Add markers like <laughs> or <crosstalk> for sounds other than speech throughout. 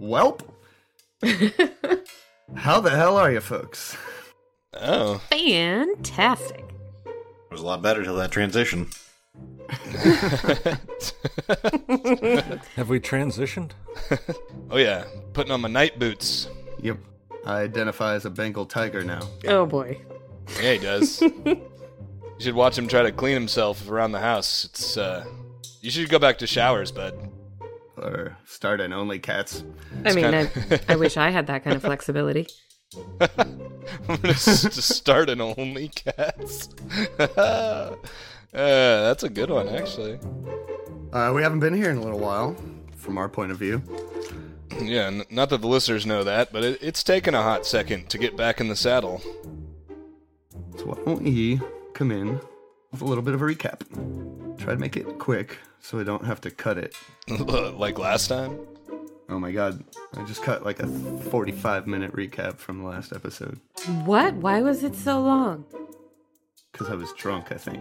Welp. How the hell are you, folks? Oh, Fantastic. It was a lot better till that transition. Have we transitioned? oh yeah, putting on my night boots. Yep. I identify as a Bengal tiger now. Oh boy. Yeah, he does. you should watch him try to clean himself around the house. It's uh, you should go back to showers, bud. <laughs> Or start an only cats. I mean, kinda- I, I wish I had <laughs> that kind of flexibility. I'm gonna s- just start an only cats. <laughs> uh, that's a good one, actually. Uh, we haven't been here in a little while, from our point of view. Yeah, n- not that the listeners know that, but it, it's taken a hot second to get back in the saddle. <laughs> So why don't we come in with a little bit of a recap? Try to make it quick so we don't have to cut it. like last time. Oh my god, I just cut like a 45 minute recap from the last episode. What? Why was it so long? Because I was drunk, I think.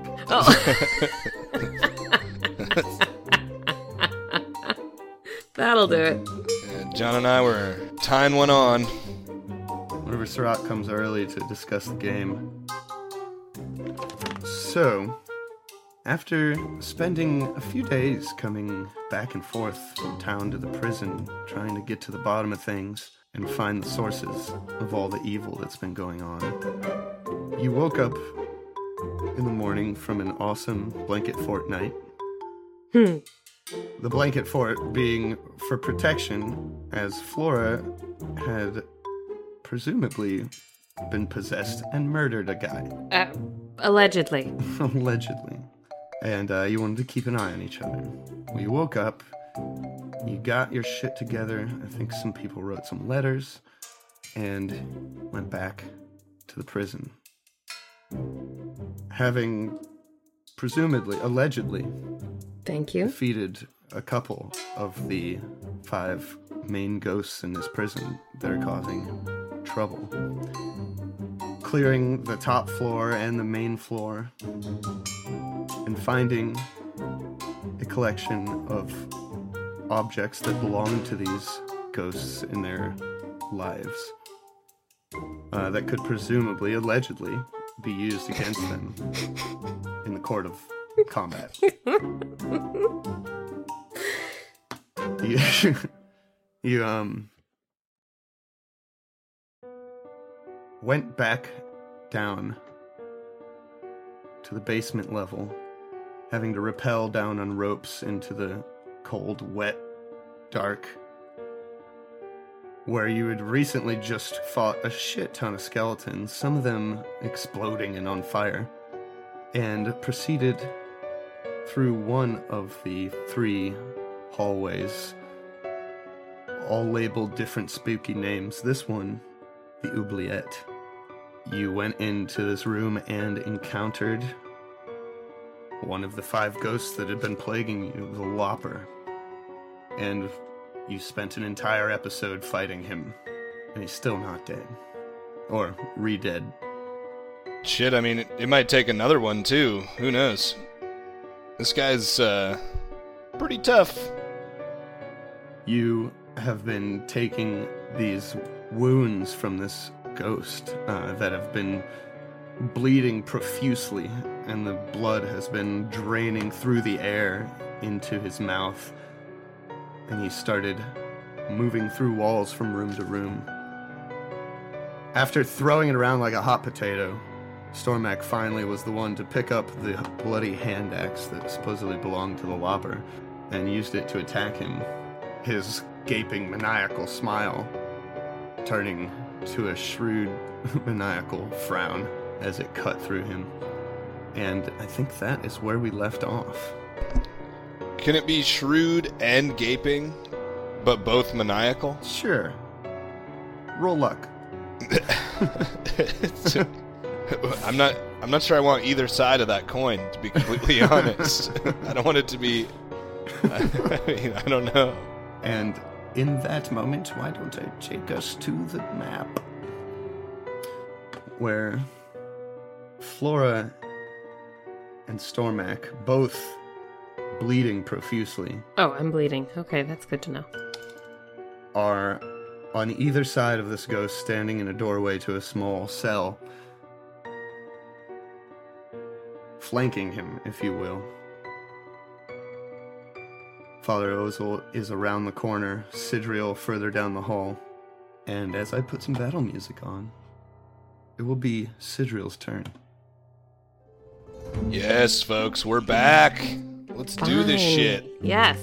That'll do it. Uh, John and I were tying one on. Whenever Surat comes early to discuss the game. So, after spending a few days coming back and forth from town to the prison, trying to get to the bottom of things and find the sources of all the evil that's been going on, you woke up in the morning from an awesome blanket fort night. Hmm. The blanket fort being for protection, as Flora had presumably been possessed and murdered a guy, <laughs> Uh, allegedly. allegedly. And uh, you wanted to keep an eye on each other. Well, you woke up, you got your shit together. I think some people wrote some letters and went back to the prison. Having presumably, allegedly, Thank you. defeated a couple of the five main ghosts in this prison that are causing trouble. Clearing the top floor and the main floor, and finding a collection of objects that belong to these ghosts in their lives uh, that could presumably, allegedly, be used against them in the court of combat. you, <laughs> you um went back down to the basement level having to rappel down on ropes into the cold wet dark where you had recently just fought a shit ton of skeletons some of them exploding and on fire and proceeded through one of the three hallways, all labeled different spooky names. This one, the Oubliette. You went into this room and encountered one of the five ghosts that had been plaguing you, the Lopper. And you spent an entire episode fighting him, and he's still not dead. Or re dead. Shit, I mean, it, it might take another one too. Who knows? This guy's uh, pretty tough. You have been taking these wounds from this ghost uh, that have been bleeding profusely, and the blood has been draining through the air into his mouth. And he started moving through walls from room to room. After throwing it around like a hot potato, Stormak finally was the one to pick up the bloody hand axe that supposedly belonged to the lopper and used it to attack him his gaping maniacal smile turning to a shrewd <laughs> maniacal frown as it cut through him. And I think that is where we left off. Can it be shrewd and gaping, but <laughs> both maniacal? Sure. Roll luck. I'm not. I'm not sure I want either side of that coin. To be completely honest, I don't want it to be. I, mean, I don't know. And in that moment, why don't I take us to the map? Where Flora and Stormak, both bleeding profusely, Oh, I'm bleeding. Okay, that's good to know. are on either side of this ghost standing in a doorway to a small cell, flanking him, if you will. Father Ozel is around the corner, Sidriel further down the hall, and as I put some battle music on, it will be Sidriel's turn. Yes, folks, we're back. Let's do this Fine. shit. Yes.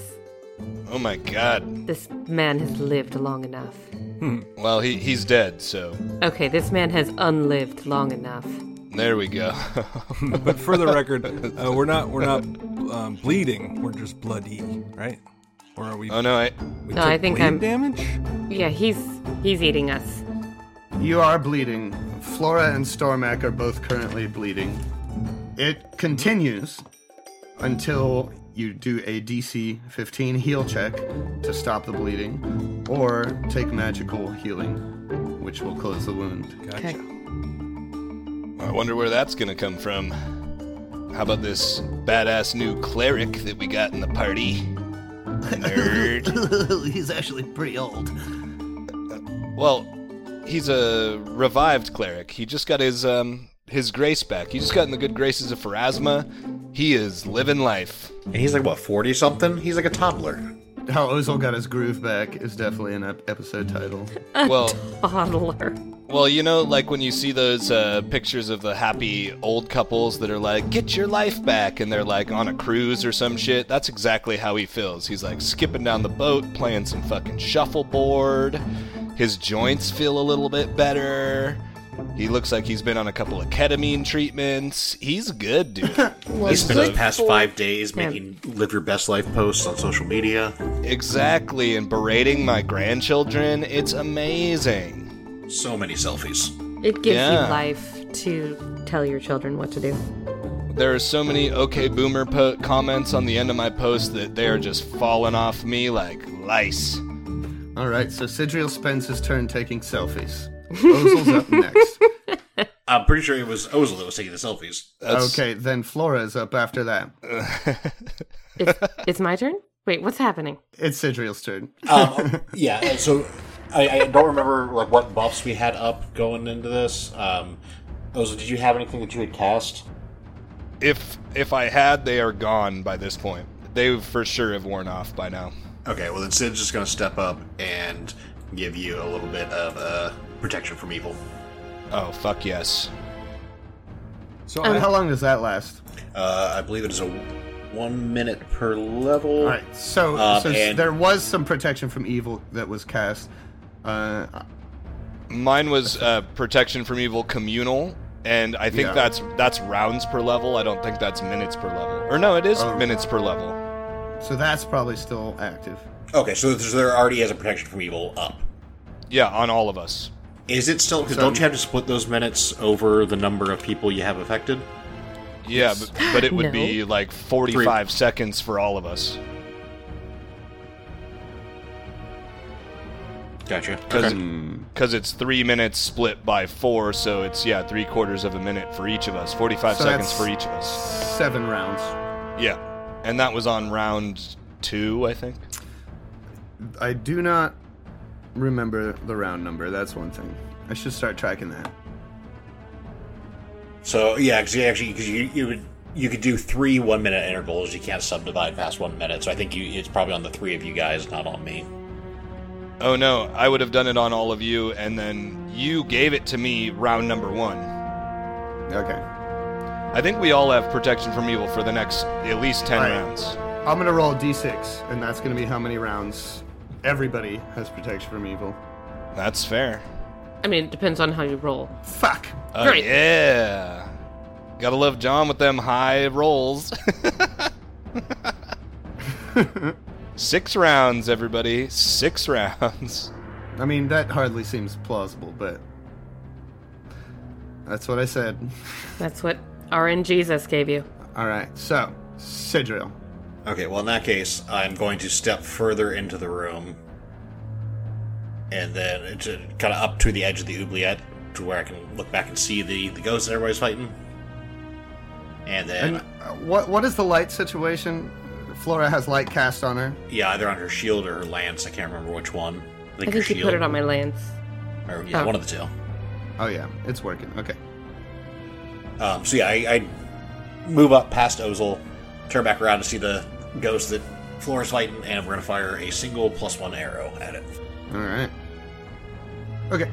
Oh my god. This man has lived long enough. Well, he he's dead, so Okay, this man has unlived long enough. there we go. <laughs> <laughs> But for the record, uh, we're not we're not um, bleeding. We're just bloody, right? Or are we? oh no, I we No, took I think bleed I'm- damage. Yeah, he's he's eating us. You are bleeding. Flora and Stormac are both currently bleeding. It continues until you do a DC 15 heal check to stop the bleeding, or take magical healing, which will close the wound. Gotcha. <laughs> I wonder where that's gonna come from. How about this badass new cleric that we got in the party? <laughs> Nerd. <laughs> He's actually pretty old. well, he's a revived cleric. He just got his um his grace back. He just got in the good graces of Pharasma. He is living life. And he's like, what, 40 something? He's like a toddler. How Ozel got his groove back is definitely an ep- episode title. Well, Toddler. Well, you know, like when you see those uh, pictures of the happy old couples that are like, get your life back, and they're like on a cruise or some shit, that's exactly how he feels. He's like skipping down the boat, playing some fucking shuffleboard. His joints feel a little bit better. He looks like he's been on a couple of ketamine treatments. He's good, dude. He spent his good past for five days him. making live your best life posts on social media. exactly, and berating my grandchildren. It's amazing. So many selfies. It gives Yeah. you life to tell your children what to do. There are so many OK Boomer po- comments on the end of my post that they are just falling off me like lice. All right, so Sidriel spends his turn taking selfies. Ozel's <laughs> up next. I'm pretty sure it was Ozil that was taking the selfies. That's- Okay, then Flora's up after that. <laughs> It's it's my turn? Wait, what's happening? It's Sidriel's turn. um, yeah, and so I, I don't remember like what buffs we had up going into this. Um, Ozo, did you have anything that you had cast? <laughs> If if I had, they are gone by this point. They for sure have worn off by now. Okay, well then Sid's just going to step up and give you a little bit of uh, protection from evil. Oh fuck yes. So Um. How I, long does that last? Uh, I believe it is a one minute per level. All right, so, Um, so s- and- there was some protection from evil that was cast. Uh, Mine was uh, protection from evil communal, and I think Yeah. that's that's rounds per level. I don't think that's minutes per level. Or no, it is Oh. minutes per level. so that's probably still active. Okay, so there's- there already has a protection from evil up. Yeah, on all of us. Is it still? Because So- don't you have to split those minutes over the number of people you have affected? Yeah, but, but it would No. be like 45 seconds for all of us. Gotcha. Because it's three minutes split by four, so it's, yeah, three quarters of a minute for each of us. 45 So seconds that's for each of us. Seven rounds. Yeah. And that was on round two, I think. I do not remember the round number. That's one thing. I should start tracking that. So yeah, because actually, because you you would you could do three one minute intervals. You can't subdivide past one minute. So I think you it's probably on the three of you guys, not on me. Oh, no. I would have done it on all of you, and then you gave it to me round number one. Okay. I think we all have protection from evil for the next at least 10 Right. rounds. I'm going to roll a d6, and that's going to be how many rounds everybody has protection from evil. That's fair. I mean, it depends on how you roll. Fuck! Oh, Great. yeah. Gotta love John with them high rolls. <laughs> Six rounds, everybody. Six rounds. I mean, that hardly seems plausible, but. That's what I said. That's what RN Jesus gave you. All right, so, Sidriel. Okay. Well, in that case, I'm going to step further into the room, and then to kind of up to the edge of the oubliette to where I can look back and see the the ghosts that everybody's fighting. And then And uh, what what is the light situation? Flora has light cast on her. yeah, either on her shield or her lance. I can't remember which one. I think you put it on my lance. Or, yeah, oh. one of the two. Oh yeah, it's working. Okay. Um, so yeah, I, I move up past Ozel, turn back around to see the ghost that Flora's fighting, and we're gonna fire a single plus one arrow at it. All right. Okay.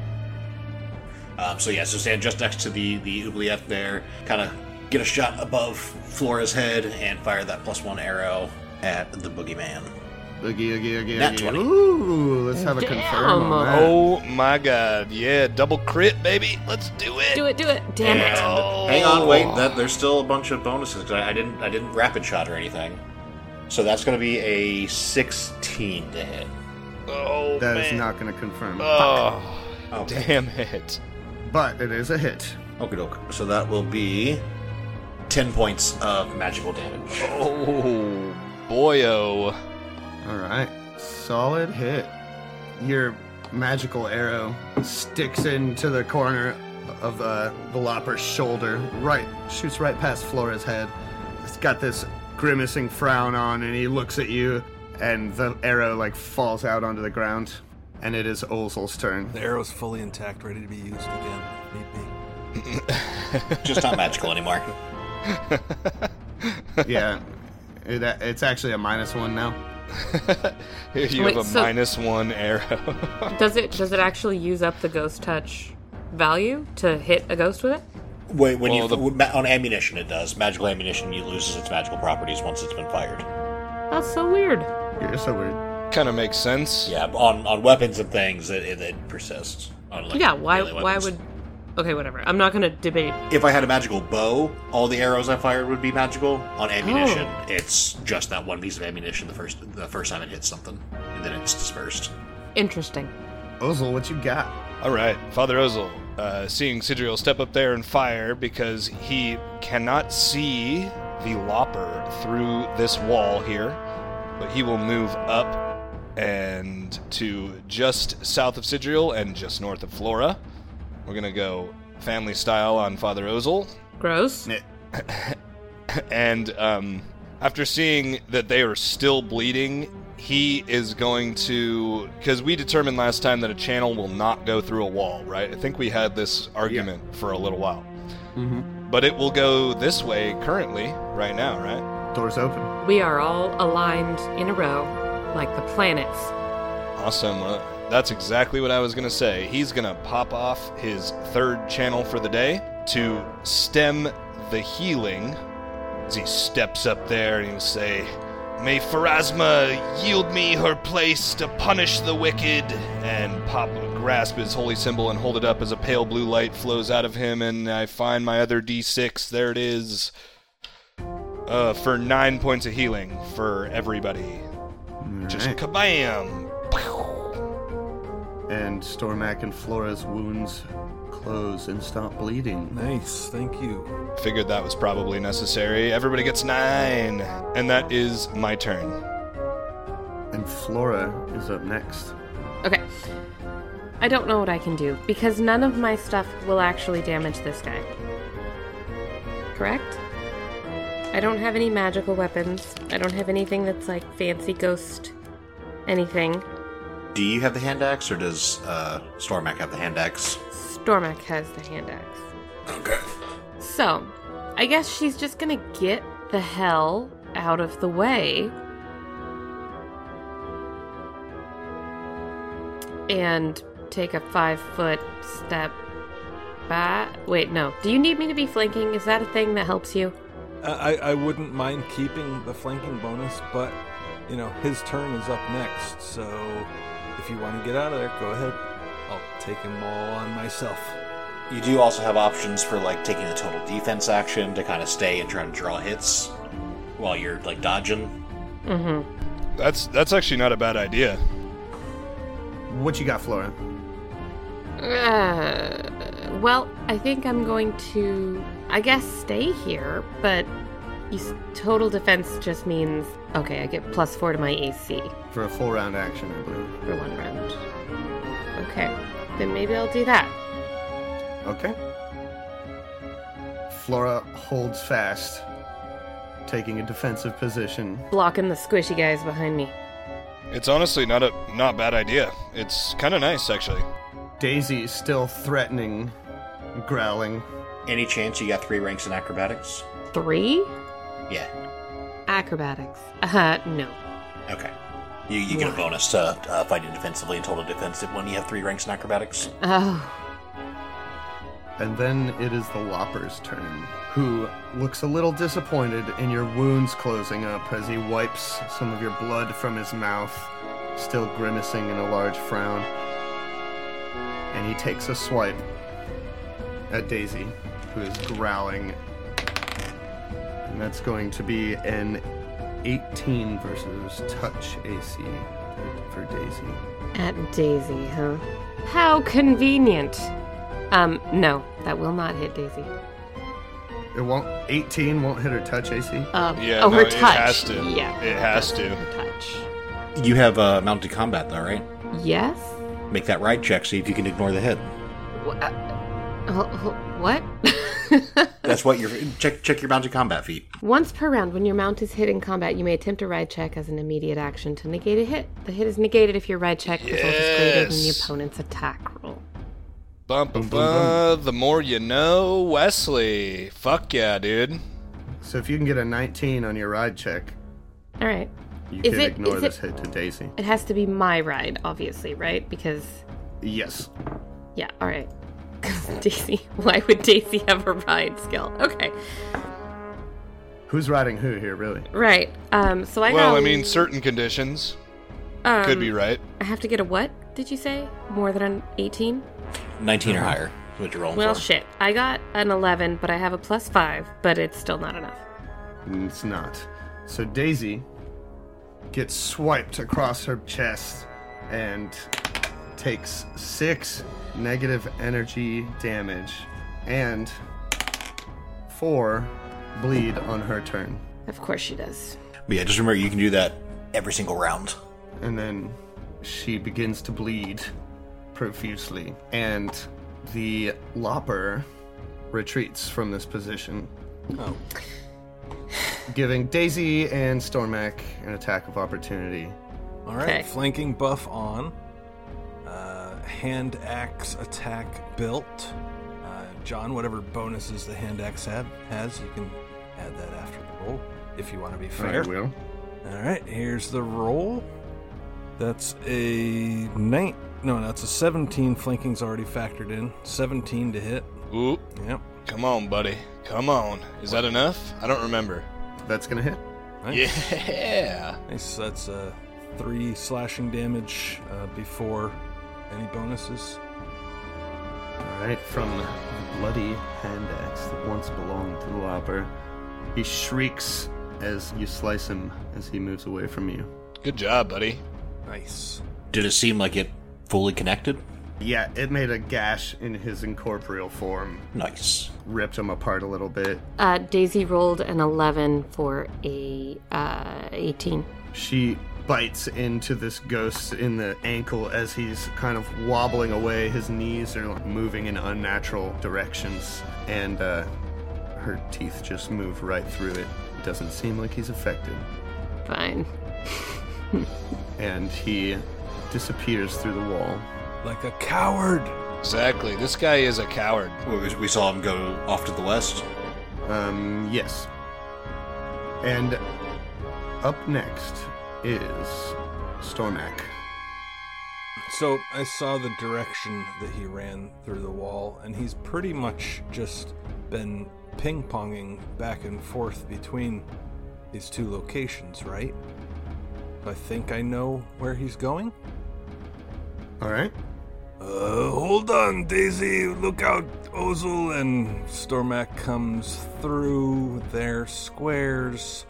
Um, so yeah, so stand just next to the the oubliette there, kind of get a shot above Flora's head and fire that plus one arrow at the boogeyman. Oogie, oogie, oogie, Nat oogie. 20. Ooh, let's have a Damn. confirm on that. Oh my god. Yeah, double crit, baby. Let's do it. Do it, do it. <laughs> Damn it. Oh. Hang on, wait. That there's still a bunch of bonuses. 'cause I, I didn't I didn't rapid shot or anything. So that's gonna be a 16 to hit. Oh, That is man. not going to confirm, Oh, Okay. damn it. but it is a hit. Okie doke. So that will be 10 points of magical damage. <laughs> Oh, boyo. All right, solid hit. Your magical arrow sticks into the corner of uh, the Lopper's shoulder, right, shoots right past Flora's head. It's got this grimacing frown on, and he looks at you, and the arrow like falls out onto the ground, and it is Ozel's turn. The arrow's fully intact, ready to be used again. if Need be. Just not magical anymore. yeah, it, it's actually a minus one now. Here you Wait, have a so- minus one arrow. <laughs> Does it does it actually use up the ghost touch value to hit a ghost with it? Wait, when Well, you the- ma- on ammunition it does. Magical ammunition you loses its magical properties once it's been fired. That's so weird. You're so weird. kind of makes sense. Yeah, but on on weapons and things it, it, it persists. On, like, yeah, why melee why weapons. would Okay, whatever. I'm not gonna debate. if I had a magical bow, all the arrows I fired would be magical. On ammunition, it's just that one piece of ammunition the first the first time it hits something, and then it's dispersed. Interesting. Ozel, what you got? All right, Father Ozel, uh, seeing Sidriel step up there and fire because he cannot see the Lopper through this wall here, but he will move up and to just south of Sidriel and just north of Flora. We're gonna go family style on Father Ozel. Gross. It, and um, after seeing that they are still bleeding, he is going to because we determined last time that a channel will not go through a wall, right? I think we had this argument for a little while, but it will go this way currently, right now, right? Doors open. We are all aligned in a row, like the planets. Awesome. Uh, that's exactly what I was gonna say. He's gonna pop off his third channel for the day to stem the healing As he steps up there and he'll say, May Pharasma yield me her place to punish the wicked. And Pop will grasp his holy symbol and hold it up as a pale blue light flows out of him, and I find my other d6. There it is. Uh, for nine points of healing for everybody. Just Alright. kabam! Pew! and Stormac and Flora's wounds close and stop bleeding. Nice, thank you. Figured that was probably necessary. Everybody gets nine. And that is my turn. And Flora is up next. Okay. I don't know what I can do because none of my stuff will actually damage this guy. Correct? I don't have any magical weapons. I don't have anything that's like fancy ghost anything. Do you have the hand axe, or does uh, Stormac have the hand axe? Stormac has the hand axe. Okay. So, I guess she's just gonna get the hell out of the way. And take a five foot step back. Wait, no. Do you need me to be flanking? Is that a thing that helps you? I, I I wouldn't mind keeping the flanking bonus, but you know his turn is up next, so if you want to get out of there, go ahead. I'll take him all on myself. You do also have options for like taking the total defense action to kind of stay and try to draw hits while you're like dodging. Mm hmm. That's that's actually not a bad idea. What you got, Flora? Uh, well, I think I'm going to, I guess, stay here, but you, s- total defense just means, okay, I get plus four to my AC. For a full round action, I believe. for one round. Okay, then maybe I'll do that. Okay. Flora holds fast, taking a defensive position. Blocking the squishy guys behind me. It's honestly not a not bad idea. It's kind of nice actually. Daisy is still threatening, growling. Any chance you got three ranks in acrobatics? Three? Yeah. Acrobatics. Uh, no. Okay. You, you get a bonus to uh, fighting defensively and total defensive when you have three ranks in acrobatics. Oh, And then it is the Lopper's turn, who looks a little disappointed in your wounds closing up as he wipes some of your blood from his mouth, still grimacing in a large frown. And he takes a swipe at Daisy, who is growling. And that's going to be an 18 versus touch AC for Daisy. at Daisy, huh? How convenient. Um, no, that will not hit Daisy. It won't 18 won't hit her touch AC. Um, Yeah, oh, no, her it touch. has to. Yeah, It has to. Her touch. You have uh, mounted combat, though, right? Yes. Make that ride check, see if you can ignore the hit. Wh- uh, ho- ho- what? That's what your check. Check your mounted combat feat. <laughs> Once per round, when your mount is hit in combat, you may attempt a ride check as an immediate action to negate a hit. The hit is negated if your ride check result is greater than the Yes. opponent's attack roll. Bump Boom, boom, The more you know, Wesley. Fuck yeah, dude. So if you can get a 19 on your ride check, All right. You Is can it- ignore is this it- hit to Daisy. It has to be my ride, obviously, right? Because, Yes. yeah, all right. <laughs> 'Cause Daisy, why would Daisy have a ride skill? Okay, Who's riding who here, really? right. Um, so I well, got. I mean, certain conditions um, could be right. I have to get a what? Did you say more than an eighteen? Nineteen or higher is what you're rolling Well, for. shit. I got an eleven, but I have a plus five, but it's still not enough. Mm, It's not. So Daisy gets swiped across her chest and takes six negative energy damage and four bleed on her turn. Of course she does. But yeah, just remember you can do that every single round. And then she begins to bleed profusely. And the lopper retreats from this position. Oh, giving Daisy and Stormac an attack of opportunity. all right. Okay. Flanking buff on. Uh, hand axe attack built. Uh, John, whatever bonuses the hand axe had, has, you can add that after the roll if you want to be fair. will. All right, here's the roll. That's a nine. No, that's a 17. Flanking's already factored in. 17 to hit. Ooh, Yep. come on, buddy. Come on. Is that enough? I don't <laughs> remember. That's gonna hit. Nice. Yeah. Nice. That's uh, three slashing damage uh, before any bonuses. All right, from the bloody hand axe that once belonged to the lopper, he shrieks as you slice him as he moves away from you. Good job, buddy. Nice. Did it seem like it fully connected? Yeah, it made a gash in his incorporeal form, Nice. ripped him apart a little bit. Uh, Daisy rolled an eleven for a uh, eighteen. She bites into this ghost in the ankle as he's kind of wobbling away. His knees are like, moving in unnatural directions, and uh, her teeth just move right through it. Doesn't seem like he's affected. Fine. And he disappears through the wall. Like a coward. Exactly. This guy is a coward. We, we saw him go off to the west. Um, yes. And up next is Stormac. So I saw the direction that he ran through the wall, and he's pretty much just been ping ponging back and forth between these two locations, right? I think I know where he's going. All right. Uh, hold on, Daisy. Look out, Ozil. And Stormac comes through their squares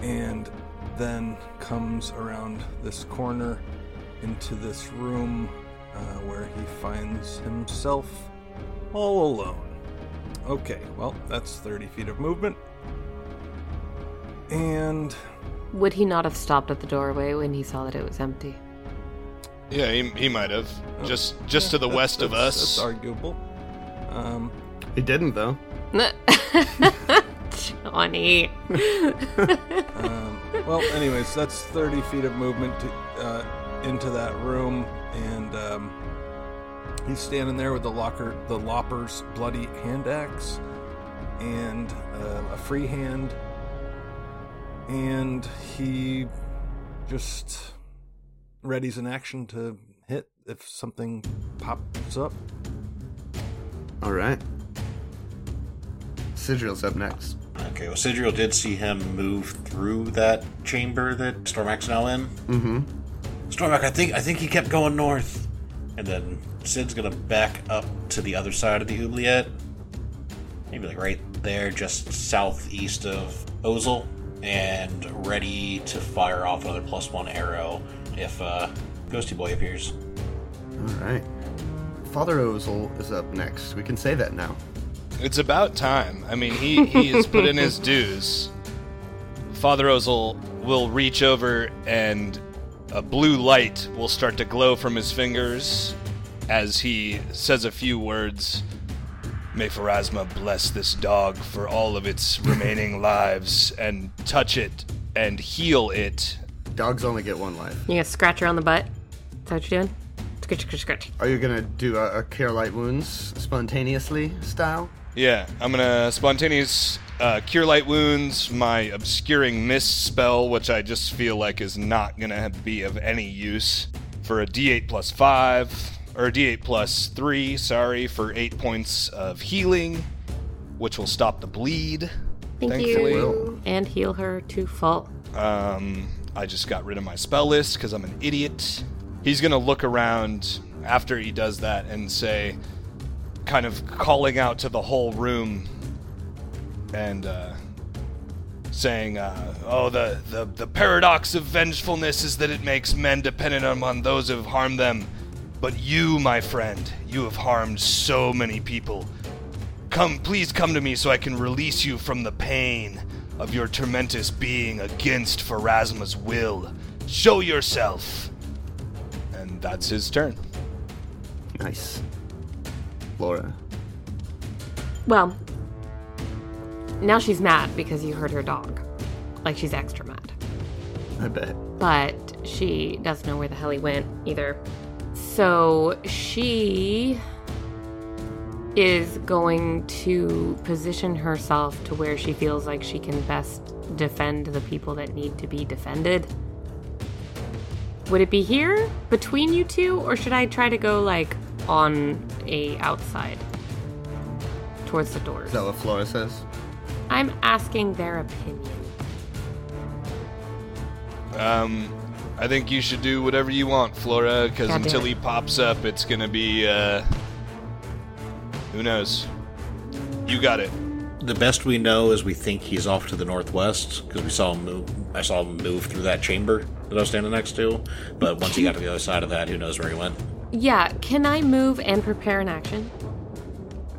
and then comes around this corner into this room uh, where he finds himself all alone. Okay, well, that's 30 feet of movement. And Would he not have stopped at the doorway when he saw that it was empty? <laughs> Yeah, he, he might have. Just just to the that's- west of that's- us. That's arguable. Um, He didn't, though. Johnny. Um, well, anyways, that's 30 feet of movement to, uh, into that room, and um, he's standing there with the locker, the lopper's bloody hand axe, and uh, a free hand, and he just readies an action to hit if something pops up. All right. Sigil's up next. Okay, well, Sidriel did see him move through that chamber that Stormack's now in. Mm-hmm. Stormack, I think I think he kept going north, and then Sid's gonna back up to the other side of the oubliette, maybe like right there, just southeast of Ozel, and ready to fire off another plus one arrow if uh, Ghosty Boy appears. All right. Father Ozel is up next. We can say that now. It's about time. I mean, he, he has put in <laughs> his dues. Father Ozel will reach over, and a blue light will start to glow from his fingers as he says a few words. May Pharasma bless this dog for all of its <laughs> remaining lives, and touch it and heal it. Dogs only get one life. You gonna scratch her on the butt? Is that what you're doing? Scratch, scratch, scratch. Are you gonna do a, a cure light wounds spontaneously style? Yeah, I'm gonna spontaneous uh, cure light wounds, my obscuring mist spell, which I just feel like is not gonna be of any use, for a d8 plus 5, or a d8 plus 3, sorry, for 8 points of healing, which will stop the bleed. Thank thankfully. you. And heal her to full. Um, I just got rid of my spell list because I'm an idiot. He's gonna look around after he does that and say, kind of calling out to the whole room and uh, saying, uh, "Oh, the, the the paradox of vengefulness is that it makes men dependent on those who have harmed them, but you, my friend, you have harmed so many people." Come, please come to me so I can release you from the pain of your tormentous being against Pharasma's will. Show yourself! And that's his turn. Nice. Laura. Well, now she's mad because you hurt her dog. Like she's extra mad. I bet. But she doesn't know where the hell he went either. So she is going to position herself to where she feels like she can best defend the people that need to be defended. Would it be here between you two or should I try to go like on a outside towards the doors? Is that what Flora says? I'm asking their opinion. Um, I think you should do whatever you want, Flora, because Goddamn. until he pops up, it's gonna be, uh. Who knows? You got it. The best we know is we think he's off to the northwest because we saw him move. I saw him move through that chamber that I was standing next to. But once he got to the other side of that, who knows where he went? Yeah, can I move and prepare an action?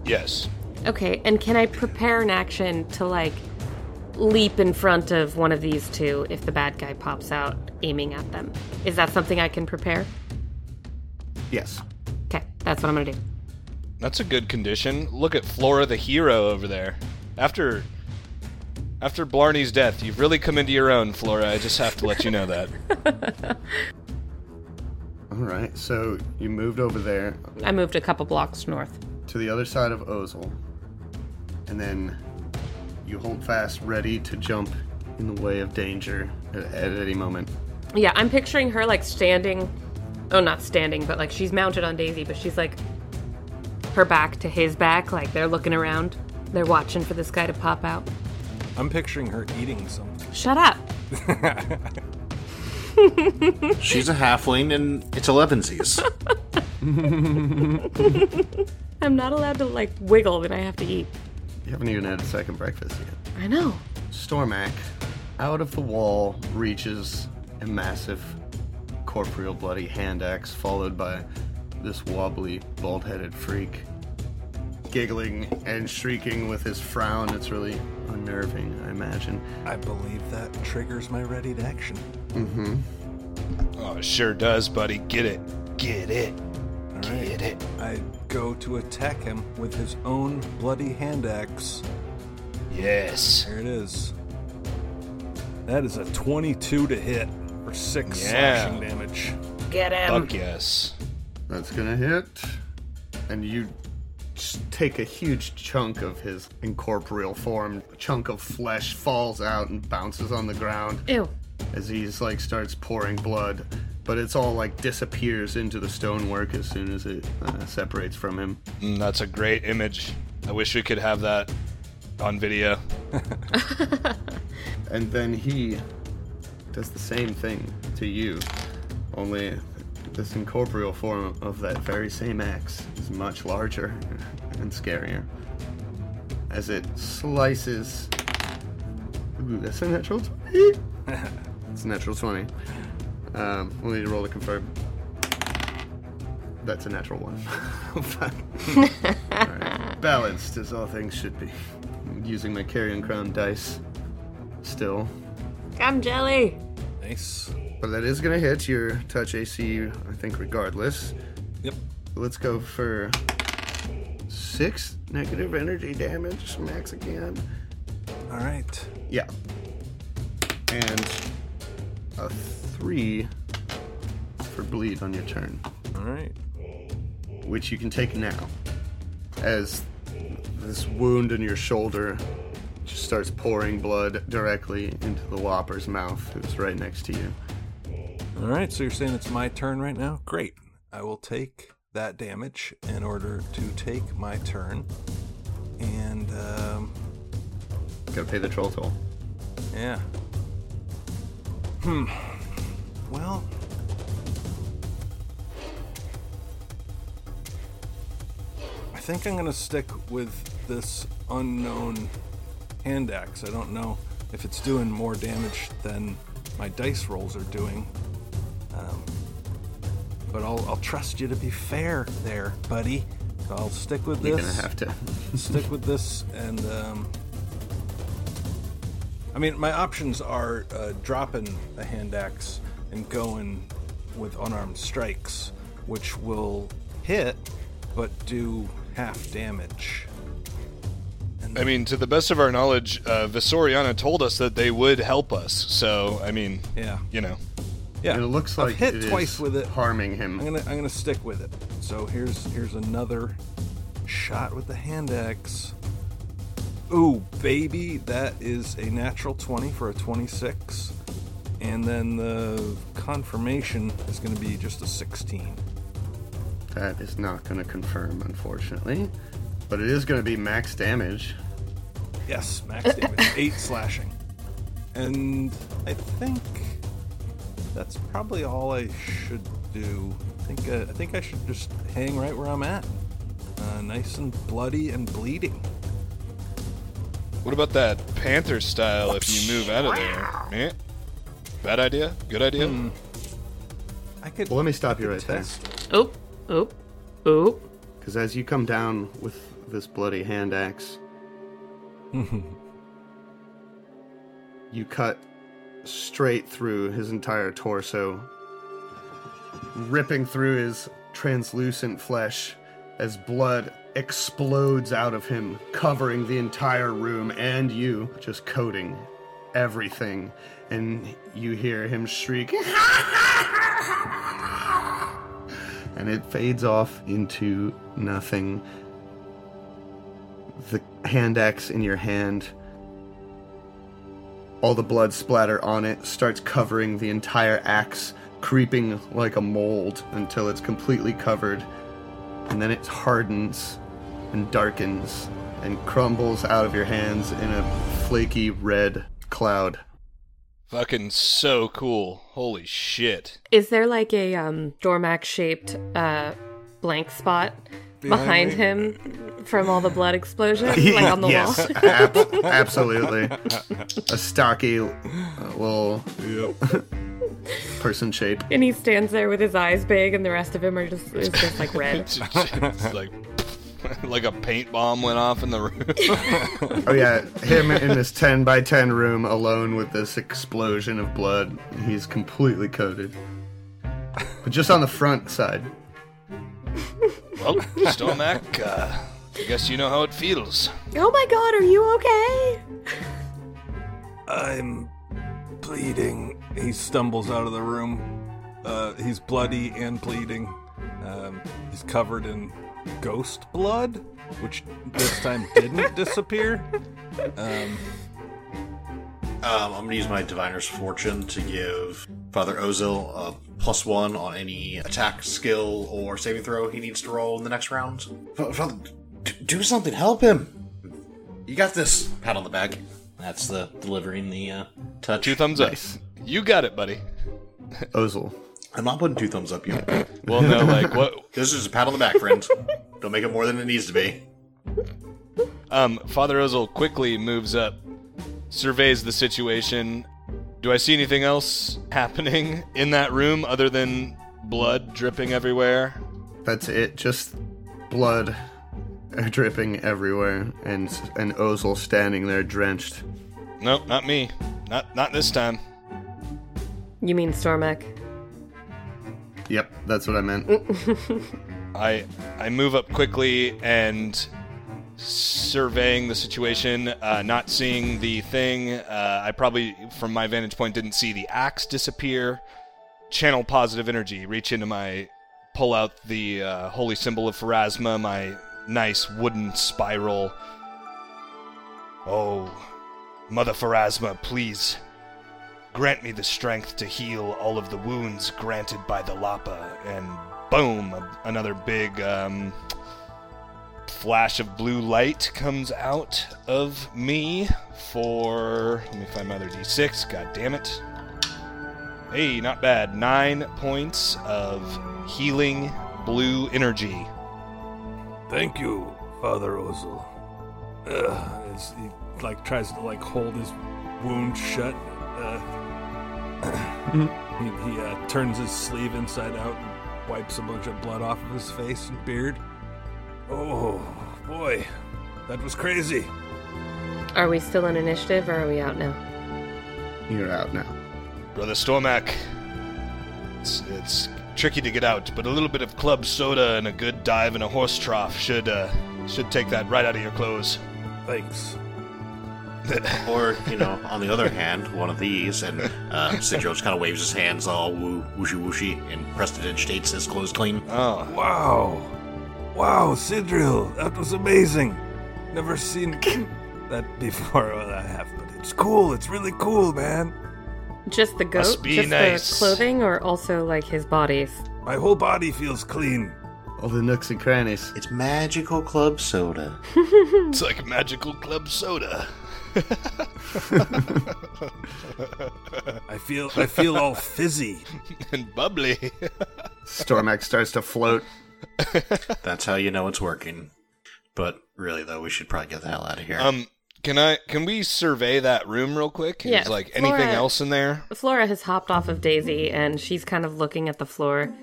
Yes. Okay, and can I prepare an action to like leap in front of one of these two if the bad guy pops out aiming at them? Is that something I can prepare? Yes. Okay, that's what I'm gonna do. That's a good condition. Look at Flora the hero over there. After. After Blarney's death, you've really come into your own, Flora. I just have to let you know that. All right. So you moved over there I moved a couple blocks north. to the other side of Ozel, and then you hold fast, ready to jump in the way of danger at, at any moment. Yeah, I'm picturing her like standing. Oh, not standing, but like she's mounted on Daisy, but she's like her back to his back. Like they're looking around, they're watching for this guy to pop out. I'm picturing her eating something. Shut up. She's a halfling, and it's <laughs> elevensies. I'm not allowed to like wiggle when I have to eat. You haven't even had a second breakfast yet. I know. Stormak, out of the wall, reaches a massive corporeal bloody hand axe, followed by this wobbly, bald headed freak. Giggling and shrieking with his frown, it's really unnerving, I imagine. I believe that triggers my ready to action. Oh, it sure does, buddy. Get it. Get it. All Get right. it. I go to attack him with his own bloody hand axe Yes. There it is. That is a 22 to hit for six Yeah. slashing damage. Get him. Um, Fuck yes. That's gonna hit. And you just take a huge chunk of his incorporeal form. A chunk of flesh falls out and bounces on the ground Ew. as he's like starts pouring blood. But it's all like disappears into the stonework as soon as it uh, separates from him. Mm, that's a great image. I wish we could have that on video. And then he does the same thing to you, only this incorporeal form of that very same axe is much larger and scarier. As it slices. Ooh, that's a natural 20. it's a natural 20. Um, we'll need to roll to confirm. That's a natural one. <laughs> Oh, fuck. All right. Balanced as all things should be. I'm using my carrion crown dice still. Come, Jelly. Nice. But that is going to hit your touch AC, I think, regardless. Yep. Let's go for six negative energy damage, max again. All right. Yeah. And a three for bleed on your turn, All right. which you can take now. As this wound in your shoulder just starts pouring blood directly into the Whopper's mouth, who's right next to you. All right. So you're saying it's my turn right now? Great. I will take that damage in order to take my turn. And, um, Gotta pay the troll toll. yeah. Hmm. Well, I think I'm going to stick with this unknown hand axe. I don't know if it's doing more damage than my dice rolls are doing. Um, but I'll, I'll trust you to be fair there, buddy. So I'll stick with You're this gonna have to. stick with this and um, i mean my options are uh, dropping a hand axe and going with unarmed strikes which will hit but do half damage I mean, to the best of our knowledge, uh, Visoriana told us that they would help us. So, I mean, yeah you know. yeah And it looks like I've hit it is twice with it harming him. i'm gonna i'm gonna stick with it so here's here's another shot with the hand axe Ooh, baby, that is a natural 20 for a 26. And then the confirmation is going to be just a 16. That is not going to confirm, unfortunately, but it is going to be max damage. Yes, max damage, 8 slashing. And I think that's probably all I should do. I think uh, I think I should just hang right where I'm at. Uh, nice and bloody and bleeding. What about that panther style if you move out of there? Man. Bad idea? Good idea? Hmm. I could Well, let me stop you right there, test it. Oop. Oop. Oop. because as you come down with this bloody hand axe, you cut straight through his entire torso, ripping through his translucent flesh as blood explodes out of him, covering the entire room and you, just coating everything. And you hear him shriek. and it fades off into nothing. The hand axe in your hand, all the blood splatter on it, starts covering the entire axe, creeping like a mold until it's completely covered, and then it hardens and darkens and crumbles out of your hands in a flaky red cloud. Fucking so cool. Holy shit. <laughs> Is there like a um Dormac shaped uh blank spot behind, Behind me? him from all the blood <laughs> explosion? like on the yes, wall? <laughs> <laughs> ab- absolutely. A stocky uh, little <laughs> person shape. and he stands there with his eyes big and the rest of him are just is just like <laughs> red. It's like like <laughs> a paint bomb went off in the room. Oh yeah, him in this ten by ten room alone with this explosion of blood. He's completely coated, but just on the front side. <laughs> well, Stomac, uh, I guess you know how it feels. Oh my god, are you okay? I'm bleeding. He stumbles out of the room. Uh, he's bloody and bleeding. Um, he's covered in ghost blood, which this time didn't disappear. Um, Um, I'm gonna use my Diviner's Fortune to give Father Ozil a plus one on any attack skill or saving throw he needs to roll in the next round. Fa- Father, d- do something, help him. You got this. Pat on the back. That's the delivering the uh, touch. Two thumbs up. You got it, buddy. Ozil. I'm not putting two thumbs up yet. Well, no, like what? this is a pat on the back, friend. Don't make it more than it needs to be. Um, Father Ozel quickly moves up, surveys the situation. Do I see anything else <laughs> happening in that room other than blood dripping everywhere? That's it. Just blood <laughs> dripping everywhere, and and Ozil standing there drenched. Nope, not me. Not not this time. You mean Stormek? Yep, that's what I meant. I I move up quickly and surveying the situation, uh, not seeing the thing. Uh, I probably, from my vantage point, didn't see the axe disappear. Channel positive energy. Reach into my, pull out the uh, holy symbol of Pharasma, my nice wooden spiral. Oh, Mother Pharasma, please Grant me the strength to heal all of the wounds granted by the Lapa. And boom, a- another big um, flash of blue light comes out of me for. Let me find my other d6. God damn it. Hey, not bad. Nine points of healing blue energy. Thank you, Father Ozel. Ugh, as he like tries to like hold his wound shut. Uh, <clears throat> he he uh, turns his sleeve inside out and wipes a bunch of blood off of his face and beard. Oh boy, that was crazy. Are we still in initiative or are we out now? You're out now. Brother Stormak, it's, it's tricky to get out, but a little bit of club soda and a good dive in a horse trough should uh, should take that right out of your clothes. Thanks. Or, you know, on the other hand, one of these, and uh, Sidro just kind of waves his hands all woo, wooshy wooshy and prestidigitates his clothes clean. Oh, Wow, wow, Sidril, that was amazing. Never seen <laughs> that before. Well, I have, but it's cool. It's really cool, man. Just the goat? Must be Just nice. the clothing or also like his bodies? My whole body feels clean. All the nooks and crannies. It's magical club soda. it's like magical club soda. <laughs> I feel I feel all fizzy. and bubbly. <laughs> Stormak starts to float. That's how you know it's working. But really, though, we should probably get the hell out of here. um, can I? Can we survey that room real quick? Yeah, Is like anything Flora- else in there? Flora has hopped off of Daisy and she's kind of looking at the floor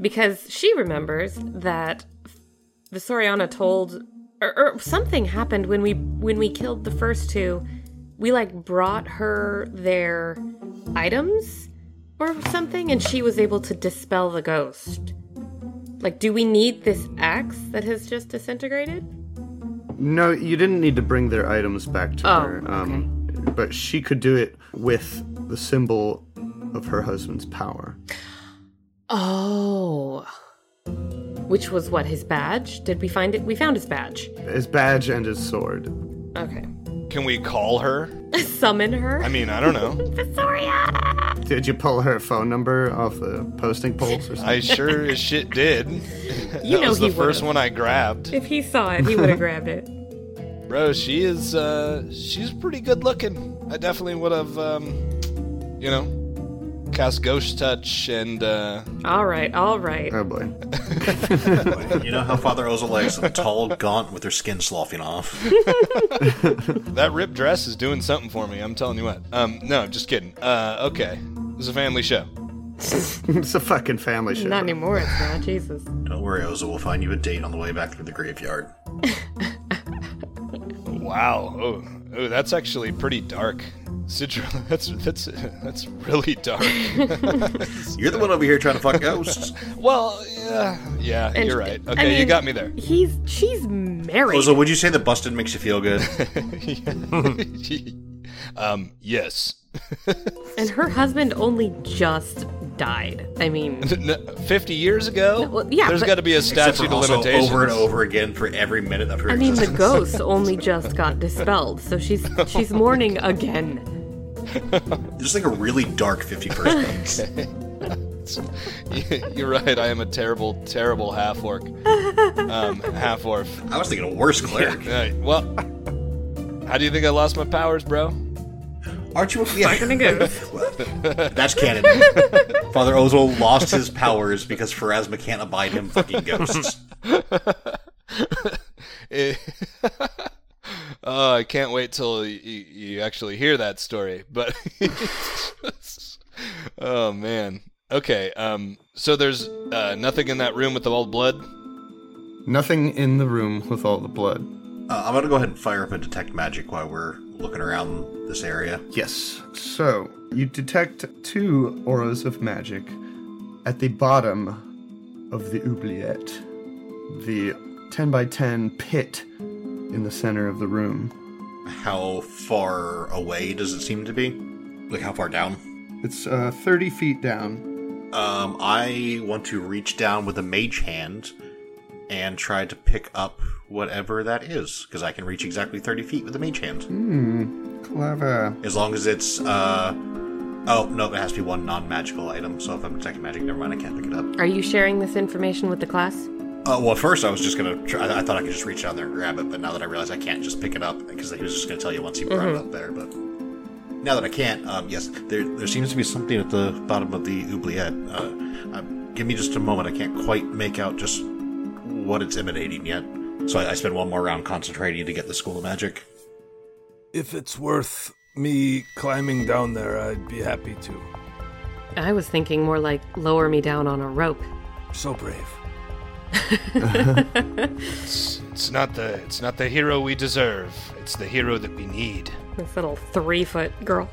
because she remembers that Visoriana told or, or something happened when we when we killed the first two. We like brought her their items or something and she was able to dispel the ghost. Like do we need this axe that has just disintegrated? No, you didn't need to bring their items back to Oh, her. Um, But she could do it with the symbol of her husband's power. Oh. Which was what his badge? Did we find it? We found his badge. His badge and his sword. Okay. Can we call her? summon her. I mean, I don't know. Did you pull her phone number off the posting polls or something? <laughs> I sure as shit did. You that know was he the first would've. one I grabbed. If he saw it, he would have grabbed it. <laughs> Bro, she is uh she's pretty good looking. I definitely would have um you know cast ghost touch and uh All right, all right. Oh boy. <laughs> you know how Father Ozel likes them tall, gaunt, with their skin sloughing off? that ripped dress is doing something for me, I'm telling you what. Um no, just kidding. Uh okay. This is a family show. it's a fucking family show. Not anymore. It's not Jesus. Don't worry, Ozel will find you a date on the way back through the graveyard. Wow. Oh, oh that's actually pretty dark. Sidra, <laughs> that's that's that's really <laughs> dark. You're the one over here trying to fuck Oh, ghosts. well, yeah, yeah, And- you're right. I Okay, you mean, got me there. <laughs> He's she's mad married. Ozil, would you say that busted makes you feel good? um, yes. <laughs> and her husband only just died. I <laughs> mean, N- 50 years ago? Well, yeah, There's but- got to be a Except statute for of also limitations. over and over again for every minute of her I mean the existence. ghost only just got dispelled, <laughs> so she's she's mourning again. Just like a really dark 51st date. <laughs> You're right. I am a terrible, terrible half orc. Um, half orc. I was thinking a worse cleric. well, how do you think I lost my powers, bro? Aren't you a <laughs> yeah. Ghost. That's canon. Father Ozil lost his powers because Pharasma can't abide him fucking ghosts. Eh, <laughs> oh, I can't wait till you, you actually hear that story. But <laughs> oh man. Okay. Um. So there's uh, nothing in that room with all the blood. Nothing in the room with all the blood. Uh, I'm gonna go ahead and fire up a detect magic while we're looking around this area. Yes. So, you detect two auras of magic at the bottom of the oubliette, the 10 by 10 pit in the center of the room. How far away does it seem to be? Like how far down? It's uh, 30 feet down. Um, I want to reach down with a mage hand and try to pick up whatever that is because I can reach exactly 30 feet with a mage hand Hmm, Clever. as long as it's uh. Oh no, it has to be one non-magical item. So if I'm detecting magic, never mind, I can't pick it up. Are you sharing this information with the class? Uh, well, at first I was just gonna. Try, I I thought I could just reach down there and grab it, but now that I realize I can't just pick it up because he was just gonna tell you once he brought it up there. But now that I can't, um, yes, there there seems to be something at the bottom of the oubliette. Uh, uh, give me just a moment. I can't quite make out just what it's emanating yet. So I, I spend one more round concentrating to get the school of magic. If it's worth me climbing down there, I'd be happy to. I was thinking more like lower me down on a rope. So brave. It's not the. It's not the hero we deserve. It's the hero that we need. This little three foot girl.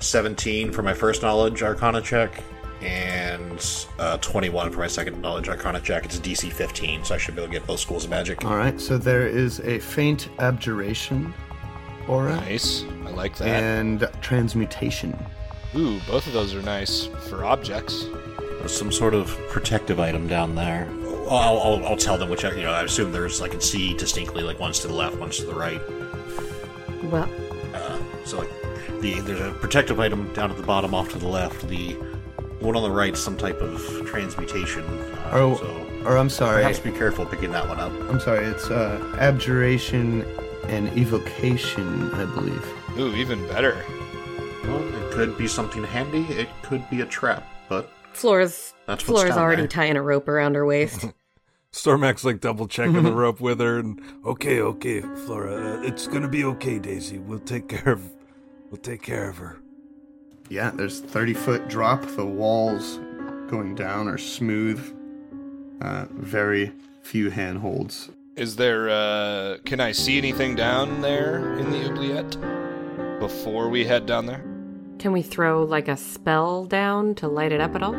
Seventeen for my first knowledge arcana check, and uh, twenty-one for my second knowledge arcana check. It's a DC fifteen, so I should be able to get both schools of magic. All right, so there is a faint abjuration aura Nice. I like that. and transmutation. Ooh, both of those are nice for objects. some sort of protective item down there. I'll, I'll, I'll tell them which, you know, I assume there's, I can see distinctly, like, one's to the left, one's to the right. Well, Uh, so, like, the, there's a protective item down at the bottom off to the left. The one on the right, some type of transmutation. Uh, Oh, so or I'm sorry. perhaps be careful picking that one up. I'm sorry, it's uh, abjuration and evocation, I believe. Ooh, even better. Well, it could be something handy, it could be a trap, but Flora's That's what's Flora's down already there. tying a rope around her <laughs> waist. Stormax like double checking <laughs> the rope with her, and okay, okay, Flora, uh, it's gonna be okay, Daisy. We'll take care of, we'll take care of her. Yeah, there's 30 foot drop. The walls going down are smooth. Uh, very few handholds. Is there, uh, can I see anything down there in the oubliette before we head down there? Can we throw like a spell down to light it up at all?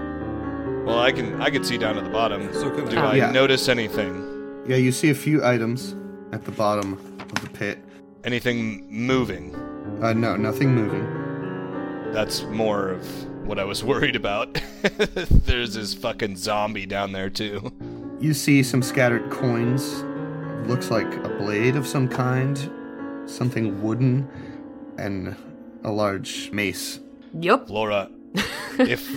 Well, I can, I can see down at the bottom. So can Do I. I Yeah. notice anything? Yeah, you see a few items at the bottom of the pit. Anything moving? Uh, no, nothing moving. That's more of what I was <laughs> worried about. There's this fucking zombie down there, too. You see some scattered coins. Looks like a blade of some kind, something wooden, and a large mace. Yup. Laura, if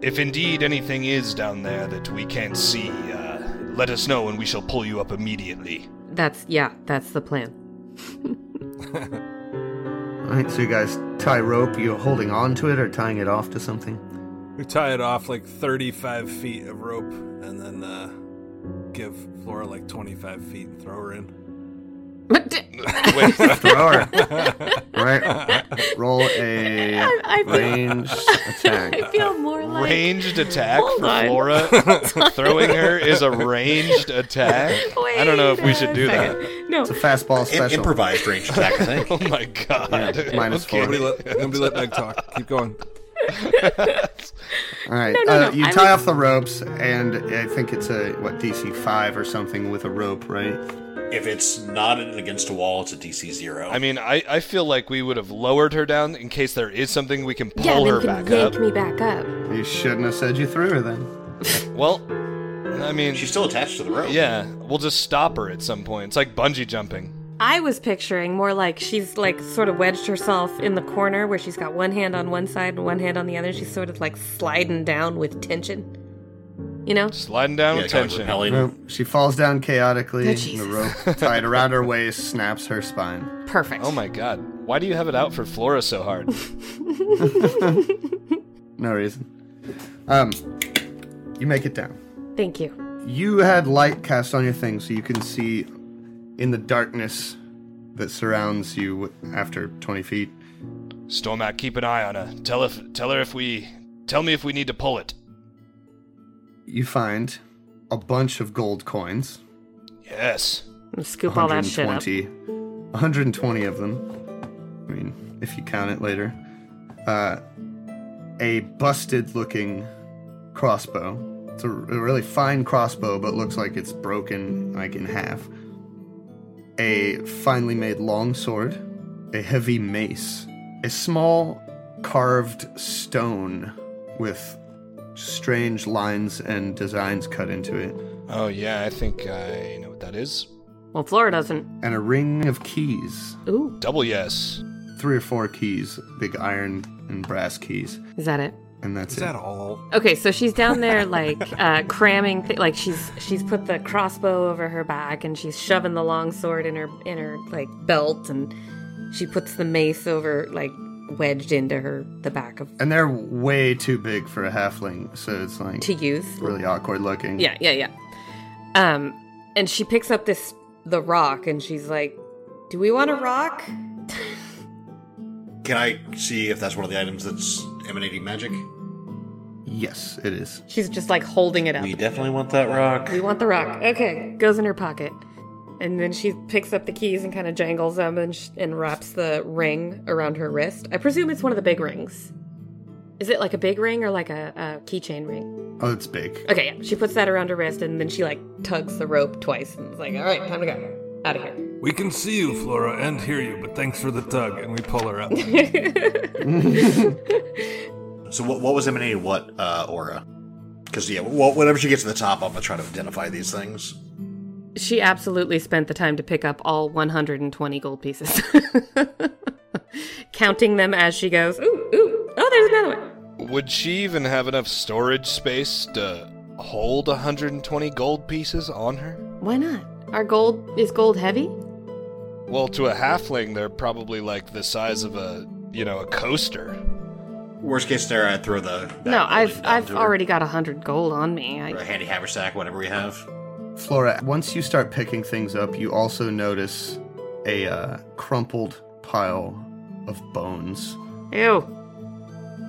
if indeed anything is down there that we can't see, uh, let us know and we shall pull you up immediately. That's yeah, that's the plan. All right, so you guys tie rope. You're holding on to it or tying it off to something? We tie it off like 35 feet of rope, and then uh, give Flora like 25 feet and throw her in. Wait, Thrower. <laughs> right. Roll a I feel- <laughs> range I attack. <laughs> feel more <laughs> like ranged attack Hold for on. <laughs> Flora? Throwing her is a ranged attack? I don't know if we Wait should a do second. that. No. It's a fastball Im- special. <laughs> improvised range attack, I think. Oh my god. Yeah, minus Okay. four. Nobody let, nobody let Meg talk. Keep going. All right. no, uh, no, You I tie would- off the ropes, and I think it's a, what, DC 5 or something with a rope, right? If it's knotted against a wall, it's a DC zero. I mean, I, I feel like we would have lowered her down in case there is something we can pull yeah, then her you can back yank up. me back up. You shouldn't have said you threw her then. Well, I mean, she's still attached to the rope. yeah, we'll just stop her at some point. It's like bungee jumping. I was picturing more like she's like sort of wedged herself in the corner where she's got one hand on one side and one hand on the other. She's sort of like sliding down with tension. You know? Sliding down Yeah, with kind of tension. repelling. Well, she falls down chaotically. Oh, and the Jesus. rope tied around her waist snaps her spine. Perfect. Oh my god. Why do you have it out for Flora so <laughs> hard? No reason. Um, you make it down. Thank you. You had light cast on your thing so you can see in the darkness that surrounds you after 20 feet. Stormak, keep an eye on her. Tell if tell her if we tell me if we need to pull it. You find a bunch of gold coins. Yes. I'm gonna scoop all that shit up. 120 of them. I mean, if you count it later. Uh, a busted looking crossbow. It's a, a really fine crossbow, but looks like it's broken like in half. A finely made longsword, a heavy mace, a small carved stone with strange lines and designs cut into it, Oh yeah, I think I know what that is. Well, Flora doesn't. and a ring of keys Ooh, Double yes. three or four keys, big iron and brass keys, is that it? and that's Is it. that all? Okay, so she's down <laughs> there like uh, cramming, th- like she's she's put the crossbow over her back and she's shoving the long sword in her in her like belt and she puts the mace over like wedged into her the back of And they're way too big for a halfling, so it's like to use. really awkward looking. Yeah, yeah, yeah. Um, and she picks up this the rock and she's like, "Do we want a rock?" Can I see if that's one of the items that's emanating magic? Yes, it is. She's just like holding it up. We definitely want that rock. We want the rock. Okay, goes in her pocket. And then she picks up the keys and kind of jangles them and, sh- and wraps the ring around her wrist. I presume it's one of the big rings. Is it like a big ring or like a, a keychain ring? Oh, it's big. Okay, yeah. She puts that around her wrist and then she like tugs the rope twice and is like, all right, time to go. Out of here. We can see you, Flora, and hear you, but thanks for the tug. And we pull her up. So what, what was emanating what uh, aura? Because yeah, well, whenever she gets to the top, I'm gonna try to identify these things. She absolutely spent the time to pick up all 120 gold pieces, <laughs> counting them as she goes. Ooh, ooh. Oh, there's another one. Would she even have enough storage space to hold 120 gold pieces on her? Why not? Our gold is gold heavy? Well, to a halfling, they're probably like the size of a, you know, a coaster. Worst case scenario, I'd throw the that no, building I've down I've to her. already got a hundred gold on me. I, or a handy haversack, whatever we have. Flora, once you start picking things up, you also notice a uh, crumpled pile of bones ew.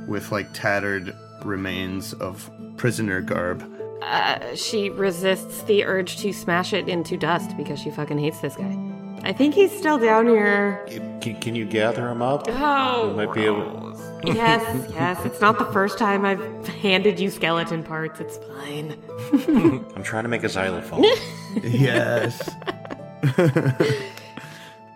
with like tattered remains of prisoner <laughs> garb. Uh, she resists the urge to smash it into dust because she fucking hates this guy. I think he's still down here. Can, can you gather them up? Oh, We might be able- <laughs> yes, yes. It's not the first time I've handed you skeleton parts. It's fine. I'm trying to make <laughs> a xylophone. yes.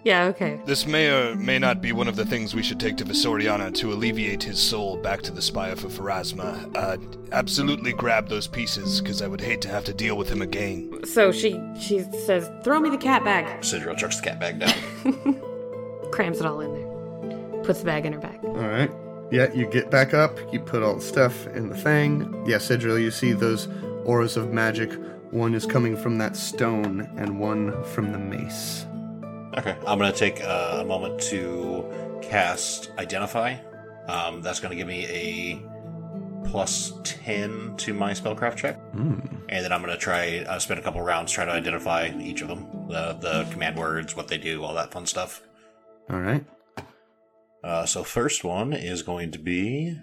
Yeah. Okay. This may or may not be one of the things we should take to Visoriana to alleviate his soul back to the Spire for Pharasma. Uh, absolutely grab those pieces, because I would hate to have to deal with him again. So she she says, "Throw me the cat bag." Sidra chucks the cat bag down. Crams it all in there. Puts the bag in her bag. All right. Yeah, you get back up, you put all the stuff in the thing. Yeah, Sidril, you see those auras of magic. One is coming from that stone and one from the mace. okay, I'm gonna take uh, a moment to cast identify. Um, that's gonna give me a plus ten to my spellcraft check, and then I'm gonna try uh, spend a couple rounds trying to identify each of them, the the command words, what they do, all that fun stuff. All right. Uh, so first one is going to be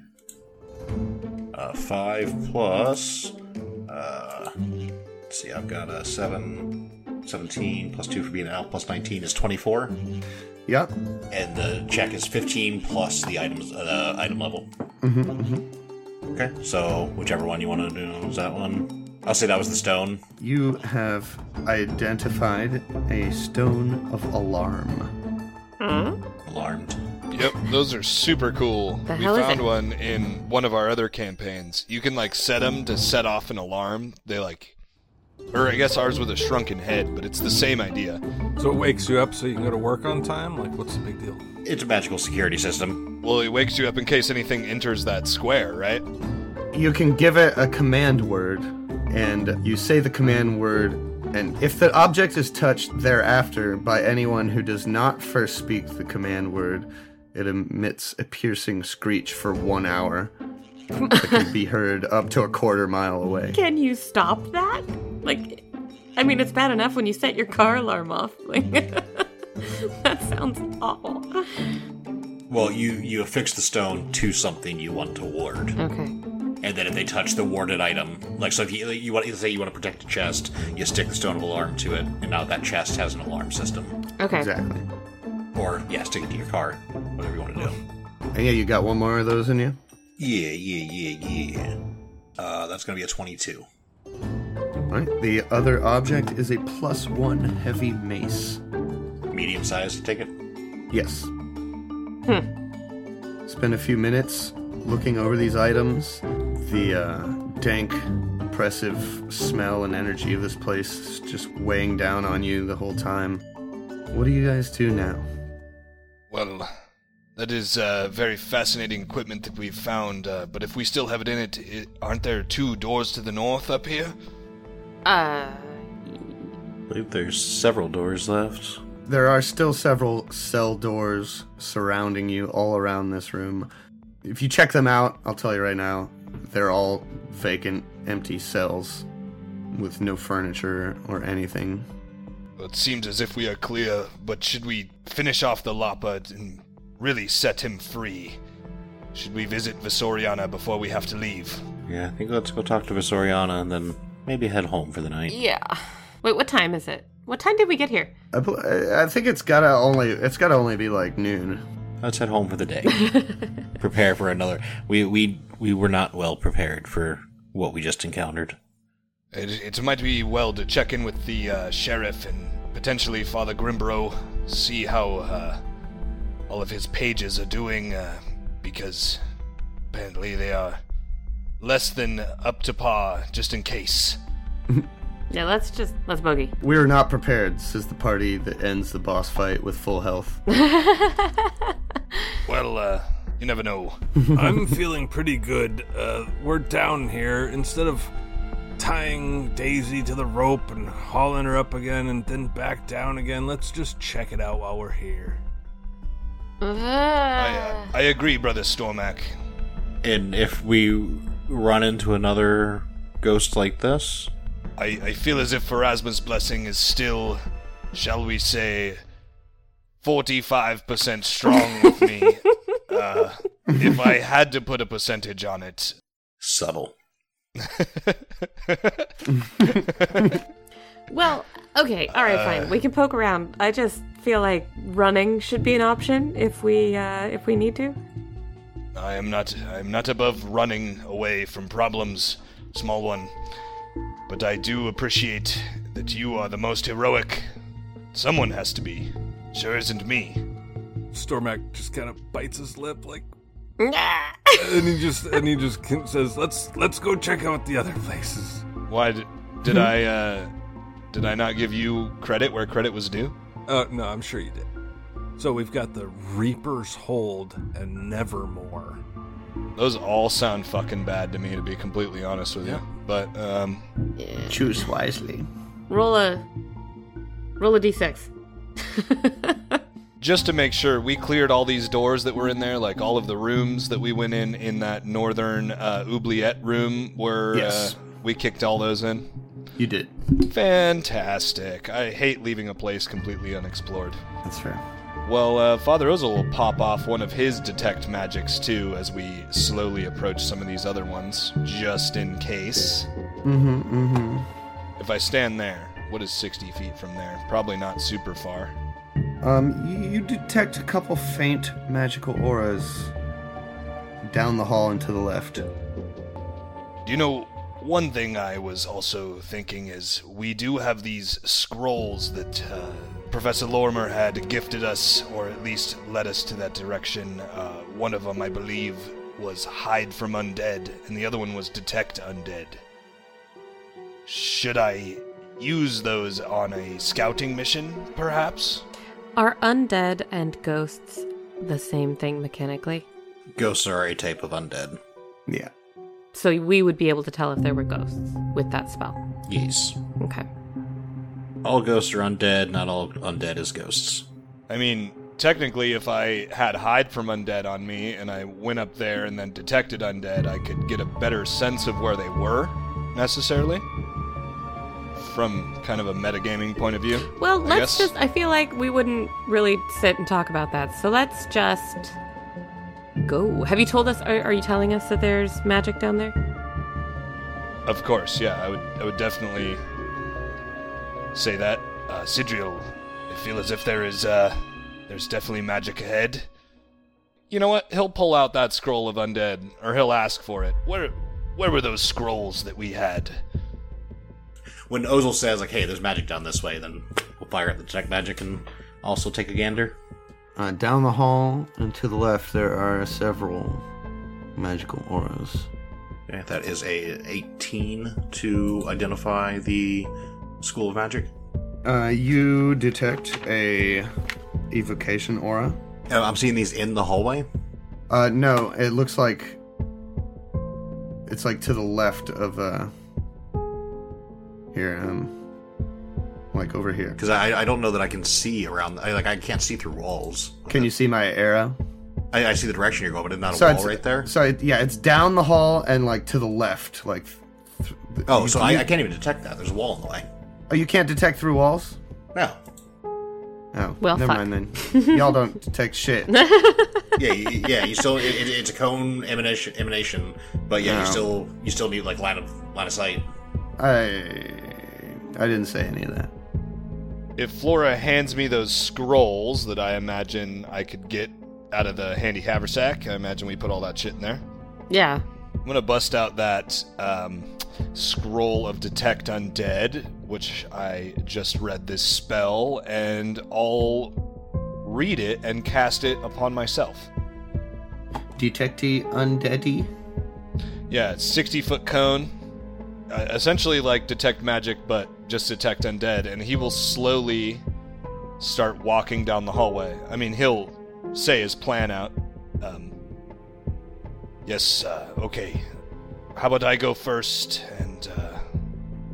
uh, five plus. Uh, let's see, I've got a seven, 17 plus two for being out plus nineteen is twenty-four, Yep. and the check is fifteen plus the items uh, item level. Okay, so whichever one you want to do is that one. I'll say that was the stone. You have identified a stone of alarm. Alarmed. Yep, those are super cool. The we hell is found it? one in one of our other campaigns. You can like set them to set off an alarm. They like, or I guess ours with a shrunken head, but it's the same idea. So it wakes you up so you can go to work on time? Like, what's the big deal? It's a magical security system. Well, it wakes you up in case anything enters that square, right? You can give it a command word, and you say the command word, and if the object is touched thereafter by anyone who does not first speak the command word, it emits a piercing screech for one hour. It can be heard up to a quarter mile away. Can you stop that? Like, I mean, it's bad enough when you set your car alarm off. <laughs> Like, that sounds awful. Well, you you affix the stone to something you want to ward, Okay. and then if they touch the warded item, like so, if you you want say you want to protect a chest, you stick the stone of alarm to it, and now that chest has an alarm system. Okay. Exactly. Or yeah, stick it to your car, whatever you want to do. And yeah, you got one more of those in you? Yeah, yeah, yeah, yeah. Uh, that's gonna be a twenty-two. All right. The other object is a plus one heavy mace. Medium size ticket. Yes. Spend a few minutes looking over these items. The uh, dank, oppressive smell and energy of this place is just weighing down on you the whole time. What do you guys do now? Well, that is uh, very fascinating equipment that we've found. Uh, but if we still have it in it, it, aren't there two doors to the north up here? Uh, I believe there's several doors left. There are still several cell doors surrounding you all around this room. If you check them out, I'll tell you right now, they're all vacant, empty cells with no furniture or anything. Well, it seems as if we are clear. But should we finish off the Lapa and really set him free? Should we visit Visoriana before we have to leave? Yeah, I think let's go talk to Visoriana and then maybe head home for the night. yeah. Wait, what time is it? What time did we get here? I, bel- I I think it's gotta only it's gotta only be like noon. Let's head home for the day. Prepare for another. We we we were not well prepared for what we just encountered. It, it might be well to check in with the uh, sheriff and potentially Father Grimbro, see how uh, all of his pages are doing, uh, because apparently they are less than up to par, just in case. Yeah, let's just let's boogie. We are not prepared, says the party that ends the boss fight with full health. Well, uh, you never know. I'm feeling pretty good. Uh, we're down here. Instead of tying Daisy to the rope and hauling her up again and then back down again, let's just check it out while we're here. Uh, I, uh, I agree, Brother Stormak. And if we run into another ghost like this, I, I feel as if Pharasma's blessing is still, shall we say, 45% strong with me. Uh, if I had to put a percentage on it. subtle. Well, okay, all right, fine. We can poke around. I just feel like running should be an option if we uh, if we need to. I am not I am not above running away from problems, small one. But I do appreciate that you are the most heroic. Someone has to be. Sure isn't me. Stormak just kind of bites his lip, like, Ah. and he just and he just kin- says, "Let's let's go check out the other places." Why did, did I uh did I not give you credit where credit was due? Uh, no, I'm sure you did. So we've got the Reaper's Hold and Nevermore. Those all sound fucking bad to me, to be completely honest with you. But um, <laughs> Choose wisely. roll a roll a d6. just to make sure, we cleared all these doors that were in there, like all of the rooms that we went in in that northern uh, oubliette room were. Yes. Uh, we kicked all those in. You did. Fantastic. I hate leaving a place completely unexplored. That's fair. Well, uh, Father Ozel will pop off one of his detect magics too as we slowly approach some of these other ones, just in case. Mm-hmm. Mm-hmm. If I stand there, what is 60 feet from there? Probably not super far. Um, you, you detect a couple faint magical auras down the hall and to the left. You know, one thing I was also thinking is we do have these scrolls that uh, Professor Lorimer had gifted us, or at least led us to that direction. Uh, one of them, I believe, was Hide from Undead, and the other one was Detect Undead. Should I use those on a scouting mission, perhaps? Are undead and ghosts the same thing mechanically? Ghosts are a type of undead. Yeah. So we would be able to tell if there were ghosts with that spell. Yes. Okay. All ghosts are undead, not all undead is ghosts. I mean, technically, if I had hide from undead on me and I went up there and then detected undead, I could get a better sense of where they were, necessarily. From kind of a metagaming point of view. Well, I let's guess. just. I feel like we wouldn't really sit and talk about that. So let's just go. Have you told us? Are, are you telling us that there's magic down there? Of course, yeah, I would, I would definitely say that. Uh, Sidriel, I feel as if there is, uh, there's definitely magic ahead. You know what? He'll pull out that scroll of undead, or he'll ask for it. Where, where were those scrolls that we had? When Ozel says, like, hey, there's magic down this way, then we'll fire up the detect magic and also take a gander. Uh, down the hall and to the left, there are several magical auras. Okay, that is a 18 to identify the school of magic. Uh, you detect a evocation aura. Oh, I'm seeing these in the hallway. Uh, no, it looks like it's like to the left of uh here um like over here. Because I, I don't know that I can see around. I, like I can't see through walls. Can you see my arrow? I, I see the direction you're going, but it's not a So wall right there. So it, yeah, it's down the hall and like to the left, like. th- th- oh, you- so I, you- I can't even detect that. There's a wall in the way. Oh, you can't detect through walls. No. Oh, Well, never fuck. mind <laughs> then. Y'all don't detect shit. <laughs> Yeah, you, yeah. You still it, it, it's a cone emanation, emanation, but yeah, you No. still you still need like line of line of sight. I I didn't say any of that. If Flora hands me those scrolls that I imagine I could get out of the handy haversack, I imagine we put all that shit in there. Yeah. I'm gonna bust out that um, scroll of detect undead, which I just read this spell, and I'll read it and cast it upon myself. Detecti undeadi. Yeah, it's 60 foot cone, uh, essentially like detect magic, but just detect undead, and he will slowly start walking down the hallway. I mean, he'll say his plan out. Um, yes, uh, okay. How about I go first? And uh,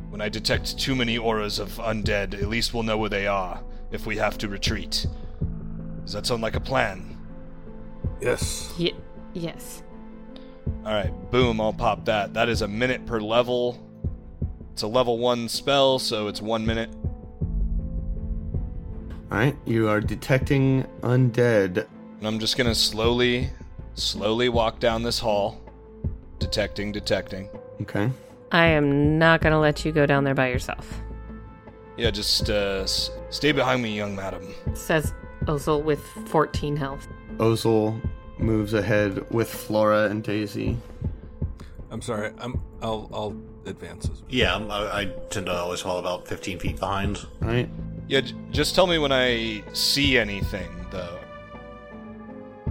when I detect too many auras of undead, at least we'll know where they are if we have to retreat. Does that sound like a plan? Yes. Ye- yes. All right, boom, I'll pop that. That is a minute per level. It's a level one spell, so it's one minute. All right, you are detecting undead. And I'm just gonna slowly, slowly walk down this hall, detecting, detecting. Okay. I am not gonna let you go down there by yourself. Yeah, just uh, s- stay behind me, young madam. Says Ozel with 14 health. Ozel moves ahead with Flora and Daisy. I'm sorry. I'm. I'll. I'll advance. as- Yeah, I'm, I, I tend to always fall about 15 feet behind. All right. Yeah, j- just tell me when I see anything, though.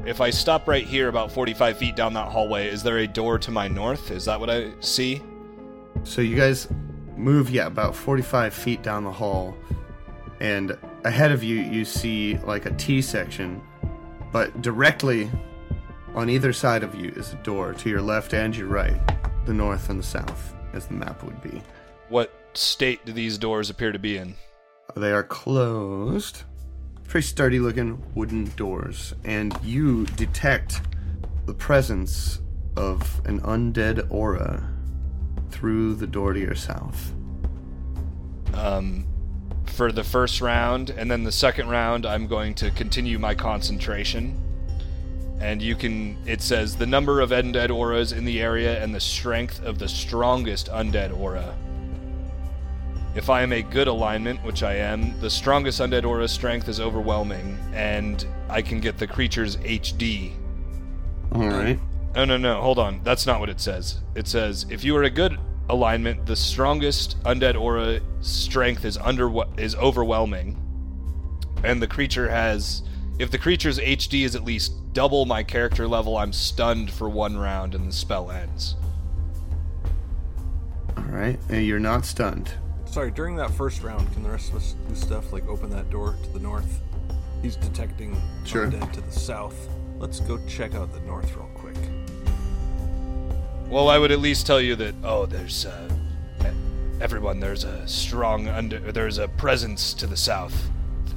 If I stop right here, about 45 feet down that hallway, is there a door to my north? Is that what I see? So you guys move, yeah, about 45 feet down the hall, and ahead of you, you see like a T section, but directly on either side of you is a door to your left and your right, the north and the south, as the map would be. What state do these doors appear to be in? They are closed. Pretty sturdy looking wooden doors, and you detect the presence of an undead aura through the door to your south. um, for the first round, and then the second round, I'm going to continue my concentration. And you can, it says the number of undead auras in the area and the strength of the strongest undead aura. If I am a good alignment, which I am, the strongest undead aura's strength is overwhelming, and I can get the creature's HD. All right. No, no, no. Hold on. That's not what it says. It says if you are a good alignment, the strongest undead aura strength is under is overwhelming, and the creature has. If the creature's HD is at least double my character level, I'm stunned for one round and the spell ends. All right, and you're not stunned. Sorry, during that first round, can the rest of us do stuff like open that door to the north? He's detecting Sure. undead to the south. Let's go check out the north real quick. Well, I would at least tell you that. Oh, there's uh, e- everyone. There's a strong under. There's a presence to the south,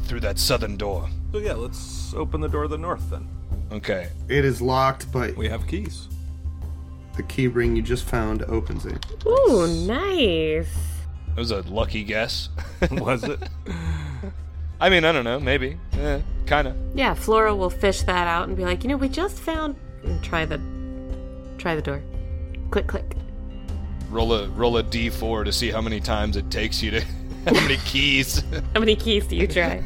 through that southern door. So yeah, let's open the door to the north then. Okay. It is locked, but We have keys. the key ring you just found opens it. Ooh, nice. That was a lucky guess. <laughs> <laughs> Was <laughs> it? I mean, I don't know. Maybe. Eh, kind of. Yeah, Flora will fish that out and be like, you know, we just found. And try the, try the door. Click, click. Roll a roll a d4 to see how many times it takes you to <laughs> how many keys. How many keys do you <laughs> try? Uh,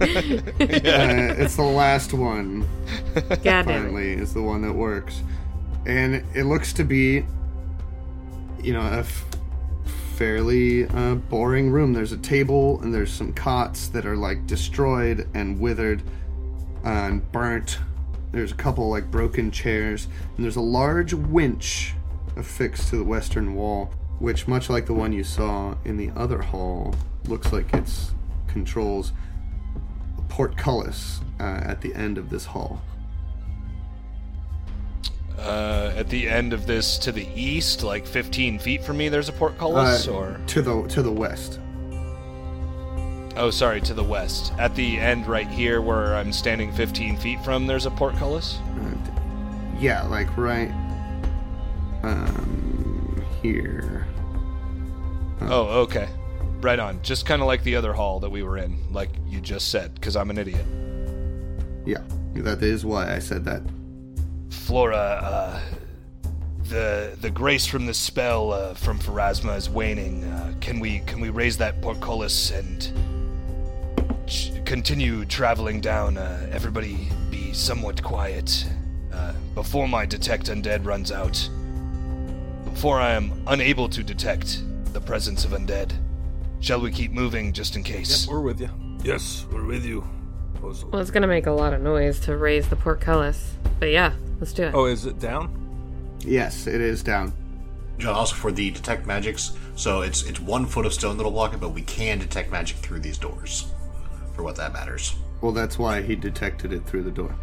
it's the last one, God damn it. finally, is the one that works. And it looks to be, you know, a f- fairly uh, boring room. There's a table and there's some cots that are like destroyed and withered uh, and burnt. There's a couple like broken chairs, and there's a large winch affixed to the western wall, which, much like the one you saw in the other hall, looks like it's controls a portcullis uh, at the end of this hall. uh, at the end of this, to the east, like 15 feet from me, there's a portcullis. Uh, or to the to the west. oh, sorry, to the west. At the end, right here, where I'm standing 15 feet from, there's a portcullis. And- yeah, like right um, here. Oh, okay. Right on. Just kind of like the other hall that we were in, like you just said, because I'm an idiot. Yeah, that is why I said that. Flora, uh, the the grace from the spell uh, from Pharasma is waning. Uh, can we can we raise that portcullis and ch- continue traveling down? Uh, everybody, be somewhat quiet uh, before my detect undead runs out. Before I am unable to detect the presence of undead. Shall we keep moving just in case? We're with you. Yes, we're with you. Ozil. Well, it's gonna make a lot of noise to raise the portcullis. But yeah, let's do it. Oh, is it down? Yes, it is down. John, also for the detect magics, so it's it's one foot of stone that'll block it, but we can detect magic through these doors, for what that matters. Well, that's why he detected it through the door.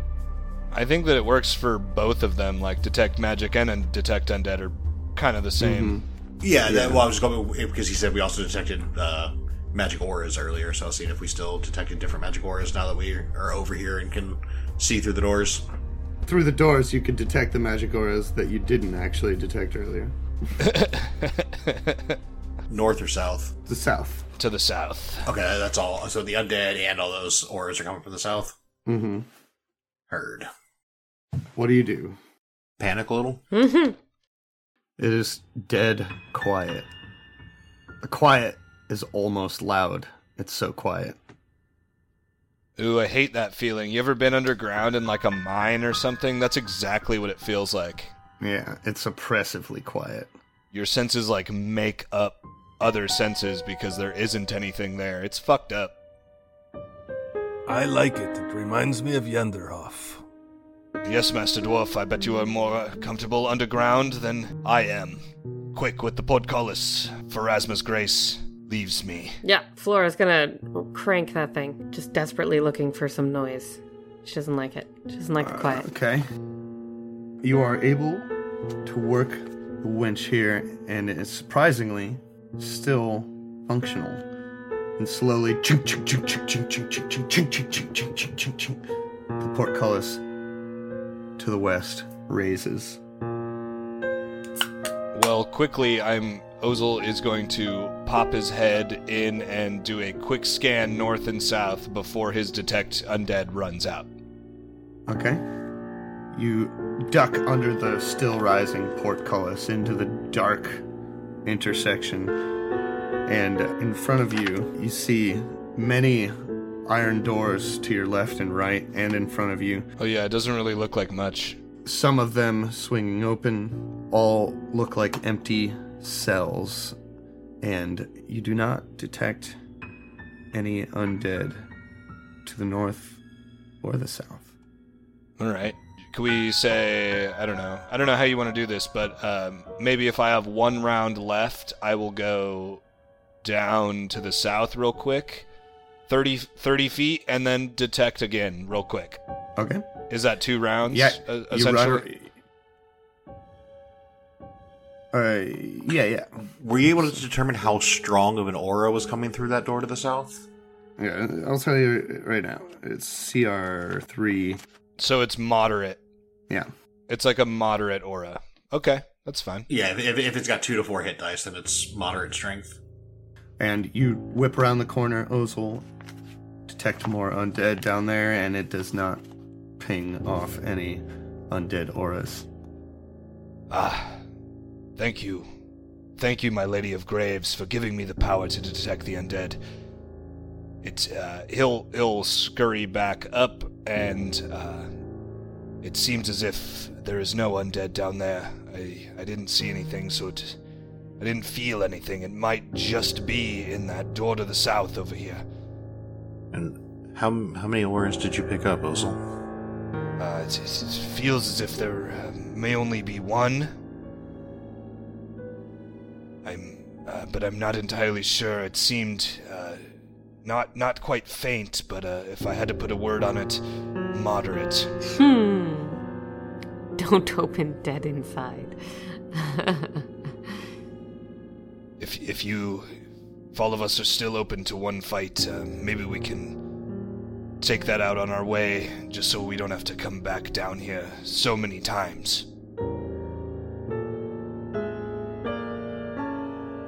I think that it works for both of them, like detect magic and un- detect undead are kind of the same. Yeah, That, well, I was going because he said we also detected uh, magic auras earlier, so I was seeing if we still detected different magic auras now that we are over here and can see through the doors. Through the doors, you could detect the magic auras that you didn't actually detect earlier. North or south? The south. To the south. Okay, that's all. So the undead and all those auras are coming from the south. Mm-hmm. Heard. What do you do? Panic a little. It is dead quiet. The quiet is almost loud. It's so quiet. Ooh, I hate that feeling. You ever been underground in like a mine or something? That's exactly what it feels like. Yeah, it's oppressively quiet. Your senses like make up other senses because there isn't anything there. It's fucked up. I like it. It reminds me of Yenderhoff. Yes, Master Dwarf, I bet you are more comfortable underground than I am. Quick with the portcullis. Pharasma's grace leaves me. Yeah, Flora's gonna crank that thing, just desperately looking for some noise. She doesn't like it. She doesn't like the quiet. Uh, Okay. You are able to work the winch here, and it's surprisingly still functional. And slowly, chink, chink, chink, chink, chink, chink, chink, chink, chink, chink, chink, chink, chink, chink, chink. The portcullis to the west raises. Well, quickly, I'm Ozel is going to pop his head in and do a quick scan north and south before his detect undead runs out. Okay. You duck under the still rising portcullis into the dark intersection, and in front of you, you see many iron doors to your left and right, and in front of you, Oh yeah, it doesn't really look like much. Some of them swinging open, all look like empty cells, and you do not detect any undead to the north or the south. All right. Could we say I don't know. I don't know how you want to do this, but um, maybe if I have one round left, I will go down to the south real quick, 30, 30 feet, and then detect again real quick. Okay. Is that two rounds? Yeah, e- you essentially. run. Uh, yeah, yeah, Were you able to determine how strong of an aura was coming through that door to the south? yeah. I'll tell you right now. It's CR three. So it's moderate. Yeah. It's like a moderate aura. Okay, that's fine. Yeah, if, if, if it's got two to four hit dice, then it's moderate strength. And you whip around the corner, Ozil, detect more undead down there, and it does not ping off any undead auras. Ah, thank you. Thank you, my Lady of Graves, for giving me the power to detect the undead. It, uh, he'll, he'll scurry back up, and, uh, it seems as if there is no undead down there. I, I didn't see anything, so it, I didn't feel anything. It might just be in that door to the south over here. And how how many auras did you pick up, Ozel? Uh, it, it, it feels as if there uh, may only be one. I'm, uh, but I'm not entirely sure. It seemed uh, not not quite faint, but uh, if I had to put a word on it, moderate. Hmm. Don't open dead inside. <laughs> If if you, if all of us are still open to one fight, uh, maybe we can take that out on our way, just so we don't have to come back down here so many times.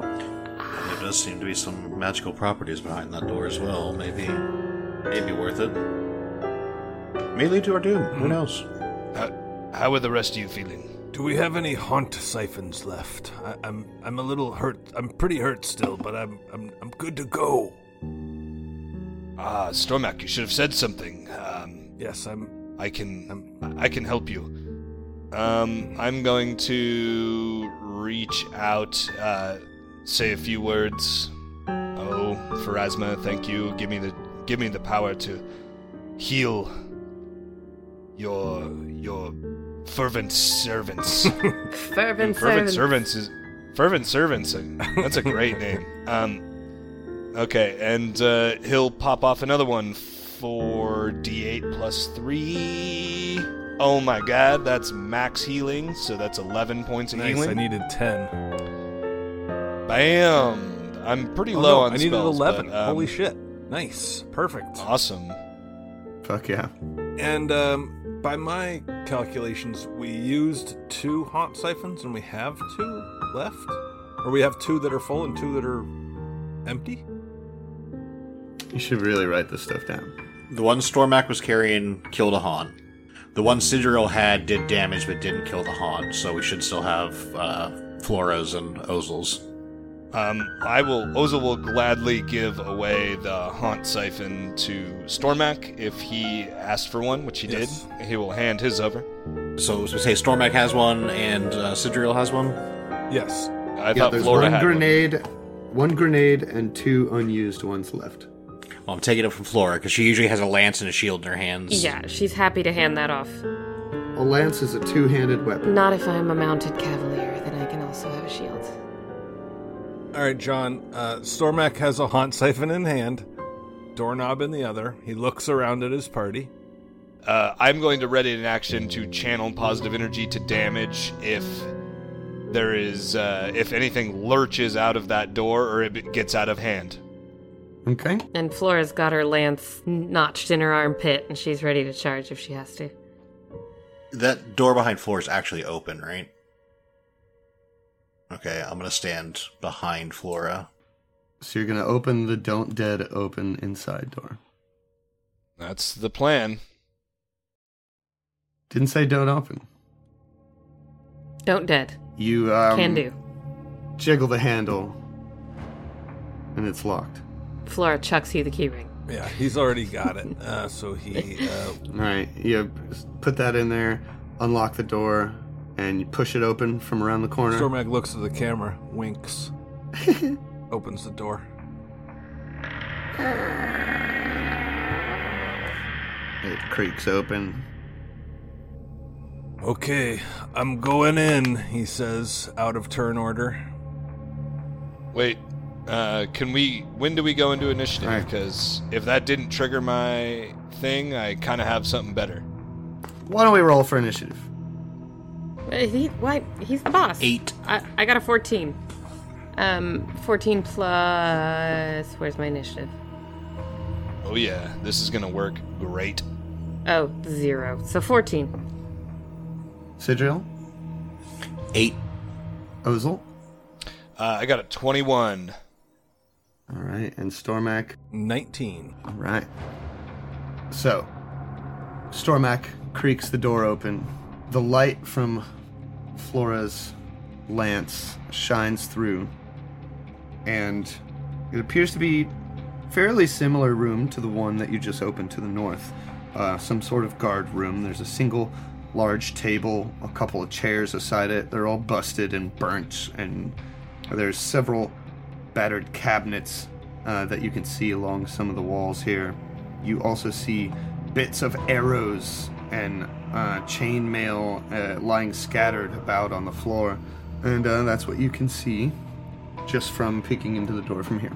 And there does seem to be some magical properties behind that door as well. Maybe maybe worth it. Hmm. May lead to our doom. Who knows? How, how are the rest of you feeling? Do we have any haunt siphons left? I, I'm I'm a little hurt. I'm pretty hurt still, but I'm I'm I'm good to go. Ah, Stormak, you should have said something. Um, Yes, I'm. I can, I can help you. Um, I'm going to reach out, uh, say a few words. Oh, Pharasma, thank you. Give me the, give me the power to heal your your fervent servants. <laughs> Fervent, Fervent servants. Servants is Fervent Servants. uh, That's a great name. Um, okay, and uh, he'll pop off another one for D8 plus three. Oh my god, that's max healing, so that's 11 points of Nice. I healing. needed ten. Bam! I'm pretty Oh, low no, on I needed spells, eleven. but, um, Holy shit! Nice, perfect. Awesome. Fuck yeah. And um, by my calculations, we used two haunt siphons, and we have two left, or we have two that are full and two that are empty. You should really write this stuff down. The one Stormak was carrying killed a Han. The one Sidriel had did damage but didn't kill the Han, so we should still have uh, Floras and Ozels. Um, I will. Oza will gladly give away the haunt siphon to Stormak if he asked for one, which he Yes. did. He will hand his over. So so say Stormak has one and uh, Sidriel has one. I Yes. yeah, thought there's Flora one had one. grenade, one. grenade, and two unused ones left. Well, I'm taking it from Flora because she usually has a lance and a shield in her hands. Yeah, she's happy to hand that off. A lance is a two-handed weapon. Not if I'm a mounted cavalier, then I can also have a shield. All right, John. Uh, Stormak has a haunt siphon in hand, doorknob in the other. He looks around at his party. Uh, I'm going to ready an action to channel positive energy to damage if there is uh, if anything lurches out of that door or it b- gets out of hand. Okay. And Flora's got her lance notched in her armpit, and she's ready to charge if she has to. That door behind Flora is actually open, right? Okay, I'm gonna stand behind Flora. So you're gonna open the don't dead open inside door. That's the plan. Didn't say don't open. Don't dead. You um, Can do. Jiggle the handle, and it's locked. Flora chucks you the keyring. Yeah, he's already got it. Uh, so he. Uh, All right, you put that in there. unlock the door, and you push it open from around the corner. Stormak looks at the camera, winks, opens the door. It creaks open. Okay, I'm going in, he says, out of turn order. Wait, uh, can we? When do we go into initiative? Alright. Because if that didn't trigger my thing, I kind of have something better. Why don't we roll for initiative? Uh, He, what? He's the boss. Eight. I, I got a 14. Um, 14 plus. Where's my initiative? Oh yeah, this is gonna work great. Oh, zero. So 14. Sigil, Eight. Ozel. Uh, I got a 21. All right, and Stormak. 19. All right. So, Stormak creaks the door open. The light from Flora's lance shines through, and it appears to be fairly similar room to the one that you just opened to the north. Uh, some sort of guard room. There's a single large table, a couple of chairs aside it. They're all busted and burnt, and there's several battered cabinets uh, that you can see along some of the walls here. You also see bits of arrows and uh, chainmail uh, lying scattered about on the floor, and uh, that's what you can see just from peeking into the door from here.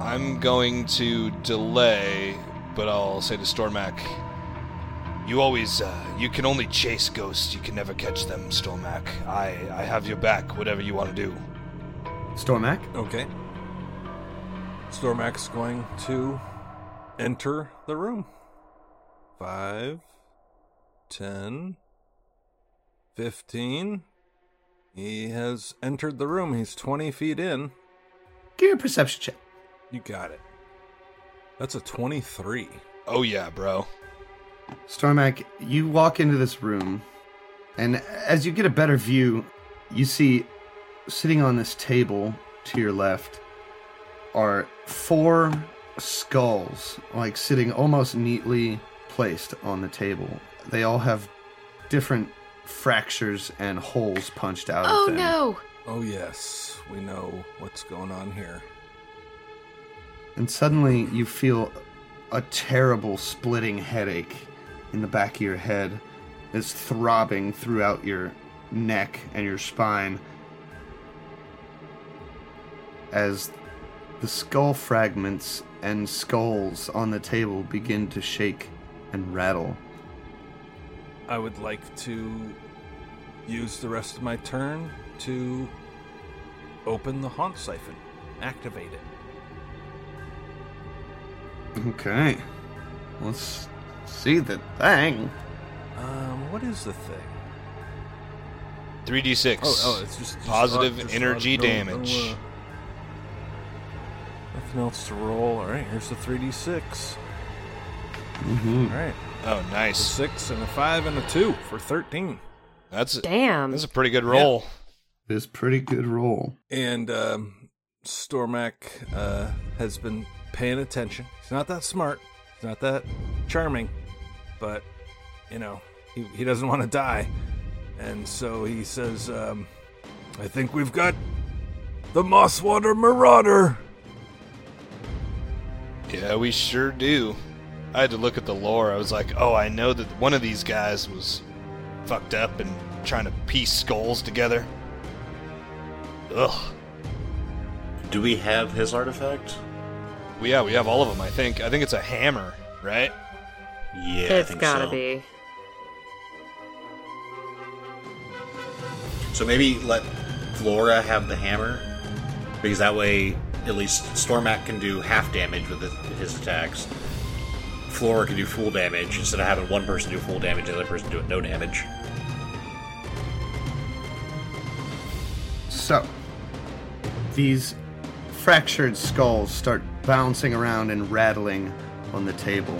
I'm going to delay, but I'll say to Stormac, you always, uh, you can only chase ghosts. You can never catch them, Stormac. I, I have your back. Whatever you want to do. Stormac? Okay. Stormak's going to enter the room. Five, ten, fifteen. He has entered the room. He's 20 feet in. Give me a perception check. You got it. That's a 23. Oh yeah, bro. Stormac, you walk into this room, and as you get a better view, you see sitting on this table to your left are four skulls, like sitting almost neatly placed on the table. They all have different fractures and holes punched out Oh of them. no! Oh, yes. We know what's going on here. And suddenly you feel a terrible splitting headache in the back of your head is throbbing throughout your neck and your spine as the skull fragments and skulls on the table begin to shake and rattle. I would like to use the rest of my turn to open the haunt siphon, activate it. Okay. Let's see the thing. Um, what is the thing? Oh, 3d6. just, positive energy damage. uh, nothing else to roll. All right, here's the three d six. Mm-hmm. All right, Oh, a nice. six and a five and a two for thirteen. That's Damn. that's a pretty good roll. It's pretty good roll. And um, Stormak uh, has been paying attention. He's not that smart. He's not that charming, but you know he he doesn't want to die, and so he says, um, "I think we've got the Mosswater Marauder." Yeah, we sure do. I had to look at the lore. I was like, oh, I know that one of these guys was fucked up and trying to piece skulls together. Ugh. Do we have his artifact? Well, yeah, we have all of them, I think. I think it's a hammer, right? Yeah, I it's think gotta so. be. So maybe let Flora have the hammer, because that way at least Stormak can do half damage with his, his attacks. Flora can do full damage instead of having one person do full damage, the other person do no damage. So, these fractured skulls start bouncing around and rattling on the table.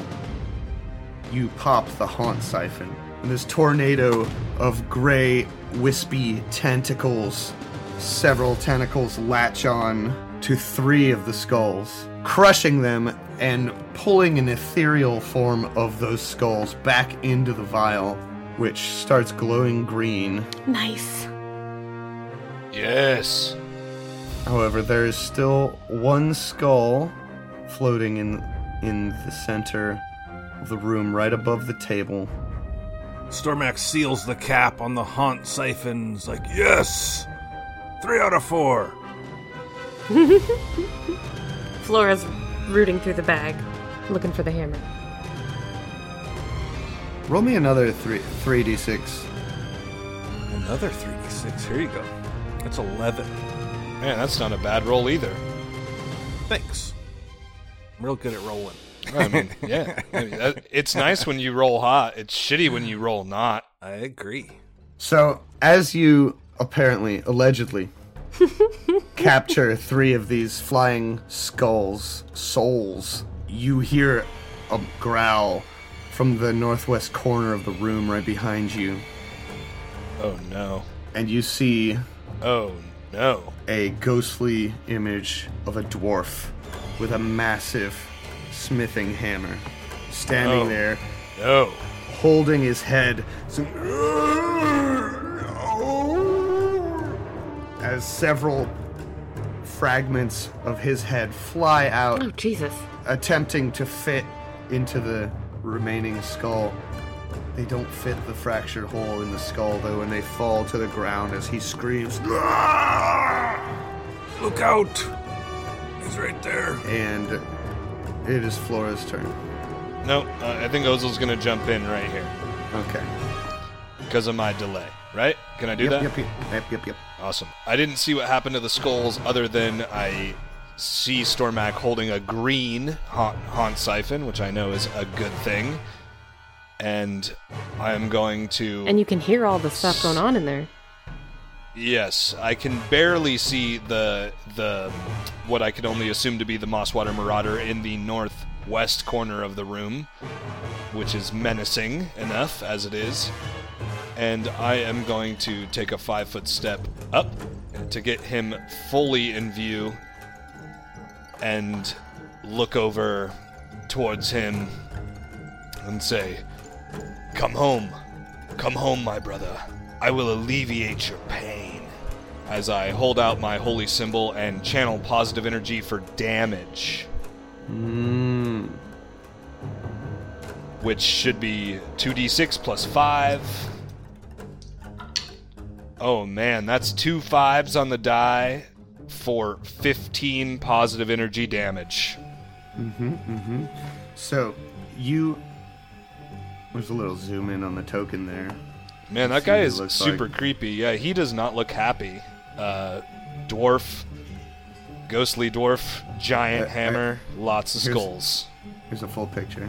You pop the haunt siphon, and this tornado of gray, wispy tentacles, several tentacles latch on to three of the skulls, crushing them and pulling an ethereal form of those skulls back into the vial, which starts glowing green. Nice. Yes. However, there is still one skull floating in in the center of the room, right above the table. Stormax seals the cap on the haunt siphons, like, yes! Three out of four! Flora's rooting through the bag, looking for the hammer. Roll me another three three d six. Another 3d6. Here you go. That's 11. Man, that's not a bad roll either. Thanks. I'm real good at rolling. I mean, yeah. I mean, that- it's nice when you roll hot. It's shitty when you roll not. I agree. So, as you apparently, <laughs> allegedly, capture three of these flying skulls, souls, you hear a growl from the northwest corner of the room right behind you, Oh no. and you see Oh no. a ghostly image of a dwarf with a massive smithing hammer standing Oh. there No. holding his head so- as several fragments of his head fly out Oh, Jesus. attempting to fit into the remaining skull. They don't fit the fractured hole in the skull though and they fall to the ground as he screams "Ah!" Look out! He's right there. and it is Flora's turn. No. Uh, I think Ozil's gonna jump in right here Okay. because of my delay. Right? Can I do yep, that? yep, yep, yep, yep, yep. Awesome. I didn't see what happened to the skulls other than I see Stormac holding a green haunt, haunt siphon, which I know is a good thing. And I'm going to. And you can hear all the stuff going on in there. Yes, I can barely see the the what I can only assume to be the Mosswater Marauder in the northwest corner of the room, which is menacing enough as it is. And I am going to take a five foot step up to get him fully in view and look over towards him and say, Come home. Come home, my brother. I will alleviate your pain. As I hold out my holy symbol and channel positive energy for damage, Mm, which should be 2d6 plus 5. Oh man, that's two fives on the die for 15 positive energy damage. so you there's a little zoom in on the token there. Man, that See guy what he is looks super like. creepy. Yeah, he does not look happy. Uh, dwarf, ghostly dwarf, giant Uh, uh, hammer, lots of here's- skulls. Here's a full picture.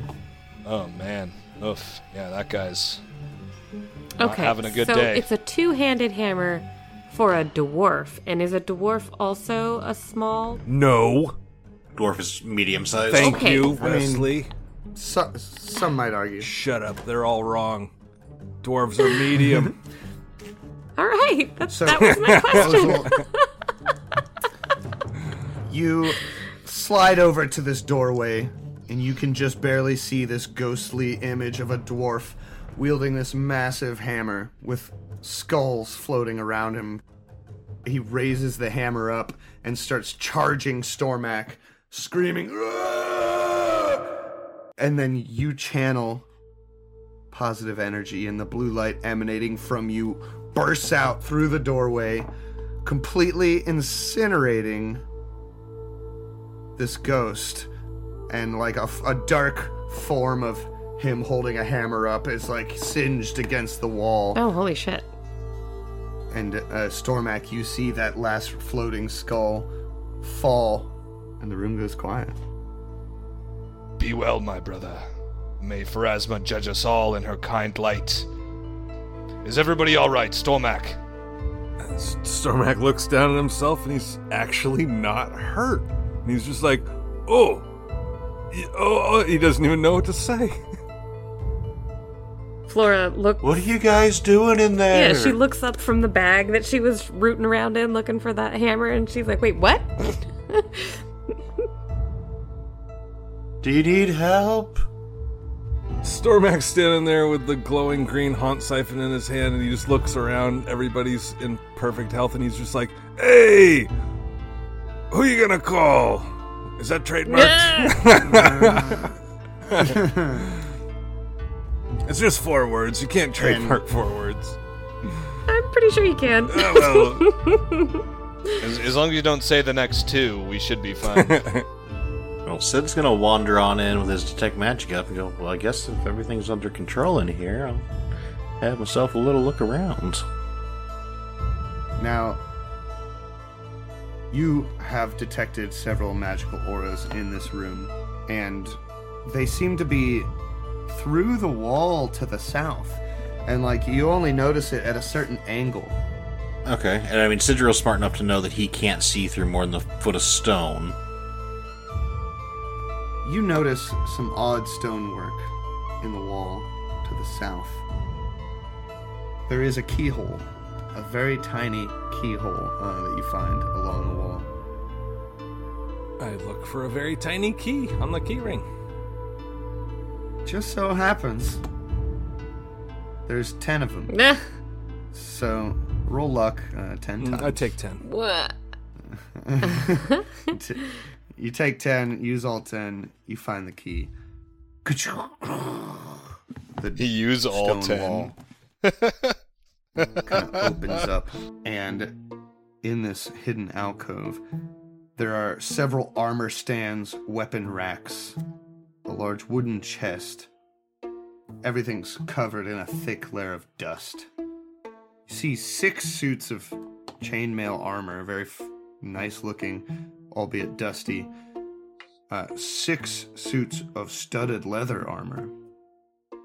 Oh man, oof. Yeah, that guy's. Not Okay. having a good so day. it's a two handed hammer for a dwarf. And is a dwarf also a small? No. Dwarf is medium sized. Thank Okay. you, I mean- Wesley. So, some might argue. Shut up. They're all wrong. Dwarves are medium. All right. That's, So- that was my question. you slide over to this doorway, and you can just barely see this ghostly image of a dwarf wielding this massive hammer with skulls floating around him. He raises the hammer up and starts charging Stormac, screaming, "Aah!" and then you channel positive energy, and the blue light emanating from you bursts out through the doorway, completely incinerating this ghost and like a, f- a dark form of him holding a hammer up is like singed against the wall oh, holy shit. and uh, stormac you see that last floating skull fall and the room goes quiet Be well, my brother. May Pharasma judge us all in her kind light. Is everybody all right, Stormac? S- <laughs> Stormac looks down at himself and he's actually not hurt. And he's just like, oh. Y- Oh, oh," he doesn't even know what to say. Flora look. What are you guys doing in there? Yeah, <laughs> she looks up from the bag that she was rooting around in looking for that hammer, and she's like, wait, what? Do you need help? Stormax standing there with the glowing green haunt siphon in his hand, and he just looks around. Everybody's in perfect health, and he's just like, "Hey, who you gonna call? Is that trademarked?" it's just four words. You can't trademark four words. I'm pretty sure you <laughs> can. Oh. Ah, well, As, as long as you don't say the next two, we should be <laughs> fine. Well, Sid's gonna wander on in with his detect magic up and go. Well, I guess if everything's under control in here, I'll have myself a little look around. Now, you have detected several magical auras in this room, and they seem to be through the wall to the south. And, like, you only notice it at a certain angle. Okay, and I mean Sidril's smart enough to know that he can't see through more than a foot of stone. You notice some odd stonework in the wall to the south. There is a keyhole, a very tiny keyhole uh, that you find along the wall. I look for a very tiny key on the key ring. Just so happens there's 10 of them. Nah. So roll luck uh, 10 times. Mm, I take ten. <laughs> Wha- T- you take 10, use all 10, you find the key. You use all stone ten. <laughs> wall kind of opens up, and in this hidden alcove, there are several armor stands, weapon racks, a large wooden chest. Everything's covered in a thick layer of dust. You see six suits of chainmail armor, very f- nice looking, albeit dusty. Uh, six suits of studded leather armor.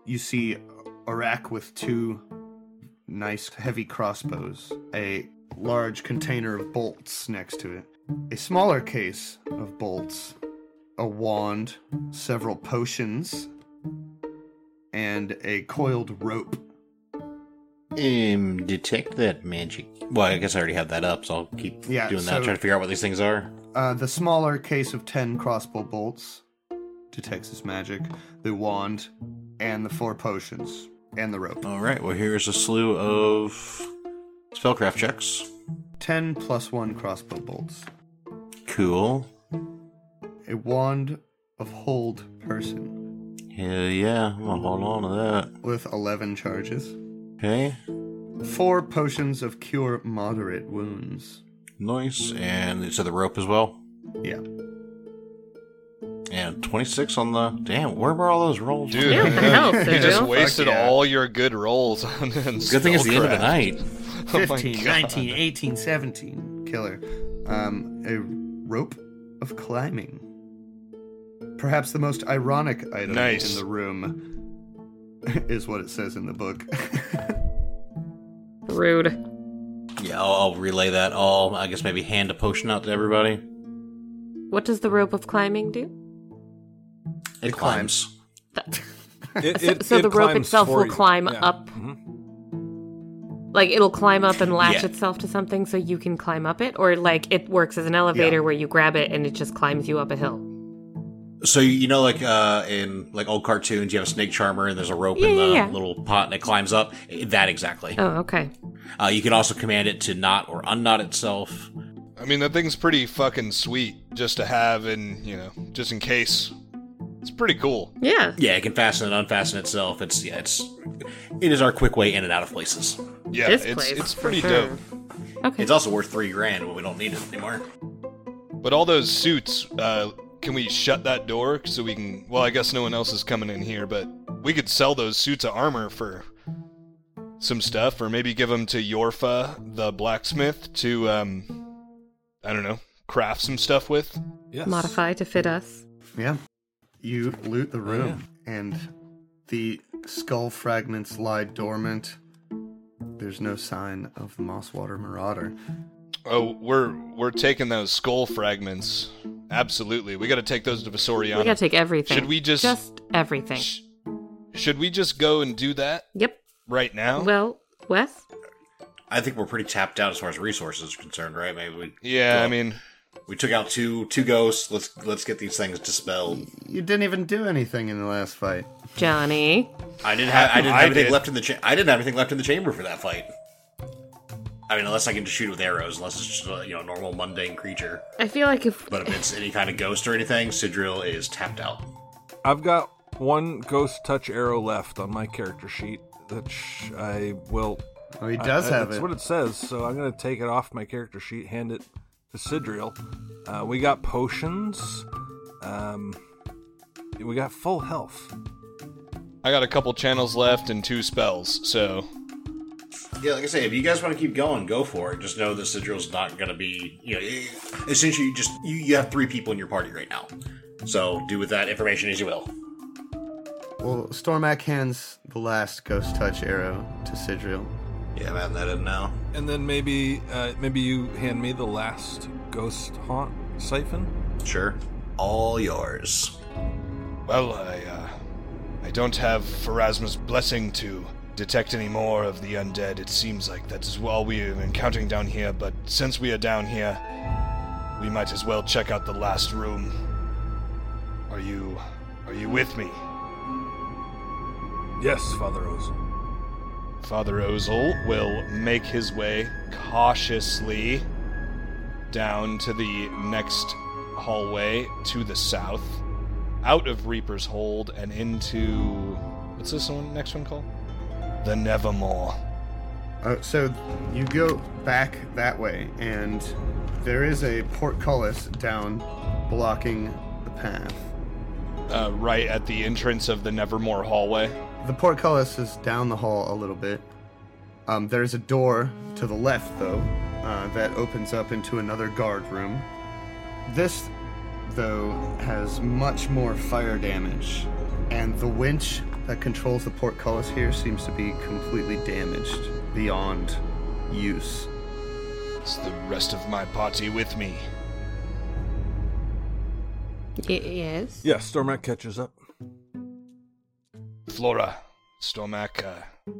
You see a rack with two nice heavy crossbows, a large container of bolts next to it, a smaller case of bolts, a wand, several potions, and a coiled rope. Um, detect that magic. Well, I guess I already have that up, so I'll keep Yeah, doing so- that, trying to figure out what these things are. Uh, the smaller case of 10 crossbow bolts detects his magic, the wand, and the four potions, and the rope. All right. Well, here's a slew of spellcraft checks. 10 plus 1 crossbow bolts, Cool. a wand of hold person Hell yeah! I'm gonna hold on to with 11 charges. that. Okay. Four potions of cure moderate wounds. Nice. And it's to the rope as well. Yeah. And 26 on the. Damn, where were all those rolls? Dude, <laughs> Yeah, what the hell, you just Cyril? wasted Fuck yeah. all your good rolls on Good thing it's the end of the night. <laughs> Oh my 15, God. 19, 18, 17. Killer. Um, a rope of climbing. Perhaps the most ironic item Nice. in the room <laughs> is what it says in the book. <laughs> Rude. Yeah, I'll, I'll relay that. I'll, I guess, maybe hand a potion out to everybody. What does the rope of climbing do? It, climbs. <laughs> That- It, So- so the rope climbs itself for will you. climb up? Mhm. like it'll climb up and latch Mm-hmm. Yeah. itself to something so you can climb up it? Or like it works as an elevator Yeah. where you grab it and it just climbs you up a hill? So you you know, like uh, in like old cartoons, you have a snake charmer, and there's a rope Yeah, in the yeah, yeah. little pot, and it climbs up. That exactly. Oh, okay. Uh, you can also command it to knot or unknot itself. I mean, that thing's pretty fucking sweet just to have in, you know, just in case. It's pretty cool. Yeah. Yeah, it can fasten and unfasten itself. It's yeah, it's it is our quick way in and out of places. Yeah, this it's place. it's for pretty sure. dope. Okay. It's also worth three grand when we don't need it anymore. But all those suits, uh, can we shut that door so we can? Well, I guess no one else is coming in here, but we could sell those suits of armor for some stuff, or maybe give them to Yorfa the blacksmith to, um, I don't know, craft some stuff with. Yes. Modify to fit us. yeah. You loot the room, Oh, and the skull fragments lie dormant. There's no sign of the Mosswater Marauder. Oh, we're we're taking those skull fragments. Absolutely, we got to take those to Vasoriana. We gotta take everything. Should we just- just everything? Sh- should we just go and do that Yep. right now? Well, Wes. I think we're pretty tapped out as far as resources are concerned, right? Maybe we yeah, go I mean, We took out two two ghosts. Let's let's get these things dispelled. You didn't even do anything in the last fight. Johnny. I didn't have I didn't have I anything did. left in the cha- I didn't have anything left in the chamber for that fight. I mean, unless I can just shoot with arrows, unless it's just a, you know a normal mundane creature. I feel like if But if it's any kind of ghost or anything, Sidril is tapped out. I've got one ghost touch arrow left on my character sheet, which I will. Oh, he does I- have Uh, that's it. what it says. So I'm gonna take it off my character sheet, hand it to Sidriel. Uh, we got potions. Um, we got full health. I got a couple channels left and two spells, so Yeah, like I say, if you guys want to keep going, go for it. Just know that Sidril's not going to be you know eh, essentially you just you, you have three people in your party right now. So do with that information as you will. Well, Stormak hands the last ghost touch arrow to Sidriel. Yeah, man, that in now. And then maybe, uh, maybe you hand me the last ghost haunt siphon. Sure, all yours. Well, I, uh, I don't have Pharasma's blessing to detect any more of the undead. It seems like that is all we are encountering down here, but since we are down here, we might as well check out the last room. Are you. are you with me, Yes, Father Ozen. Father Ozel will make his way cautiously down to the next hallway to the south, out of Reaper's Hold and into what's this one next one called? The Nevermore. Uh, so you go back that way, and there is a portcullis down blocking the path. Uh, right at the entrance of the Nevermore hallway. The portcullis is down the hall a little bit. Um, there's a door to the left, though, uh, that opens up into another guard room. This, though, has much more fire damage, and the winch that controls the portcullis here seems to be completely damaged beyond use. Is the rest of my party with me? it is. Yeah, Stormak catches up. Flora, Stormak, uh,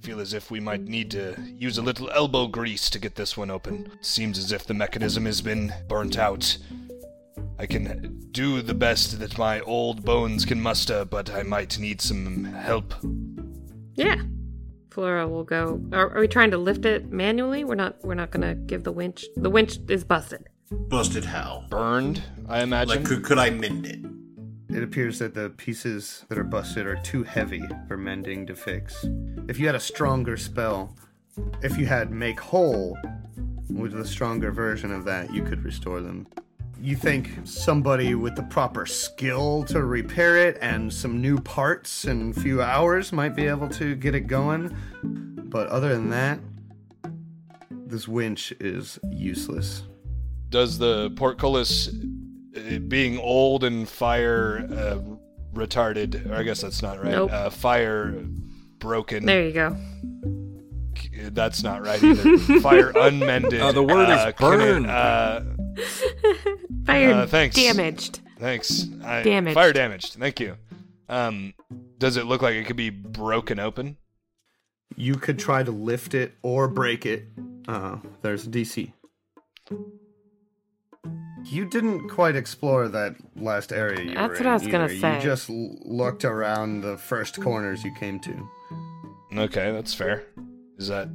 feel as if we might need to use a little elbow grease to get this one open. Seems as if the mechanism has been burnt out. I can do the best that my old bones can muster, but I might need some help. Yeah. Flora will go. Are, are we trying to lift it manually? We're not. We're not gonna give the winch. The winch is busted. Busted how? Burned, I imagine. Like could, could I mend it? It appears that the pieces that are busted are too heavy for mending to fix. If you had a stronger spell, if you had Make Whole, with the stronger version of that, you could restore them. You think somebody with the proper skill to repair it and some new parts in a few hours might be able to get it going, but other than that, this winch is useless. Does the portcullis, uh, being old and fire uh, retarded, or I guess that's not right, Nope. uh, fire broken, There you go. that's not right either. <laughs> fire unmended. Uh, the word is uh, can it- burned. uh, Fire Uh, thanks. damaged. thanks. I, Damaged. Fire damaged. Thank you. Um, does it look like it could be broken open? You could try to lift it or break it. Uh, there's a DC. You didn't quite explore that last area. You That's were in what I was gonna either. say. You just l- looked around the first corners you came to. Okay, that's fair. Is that?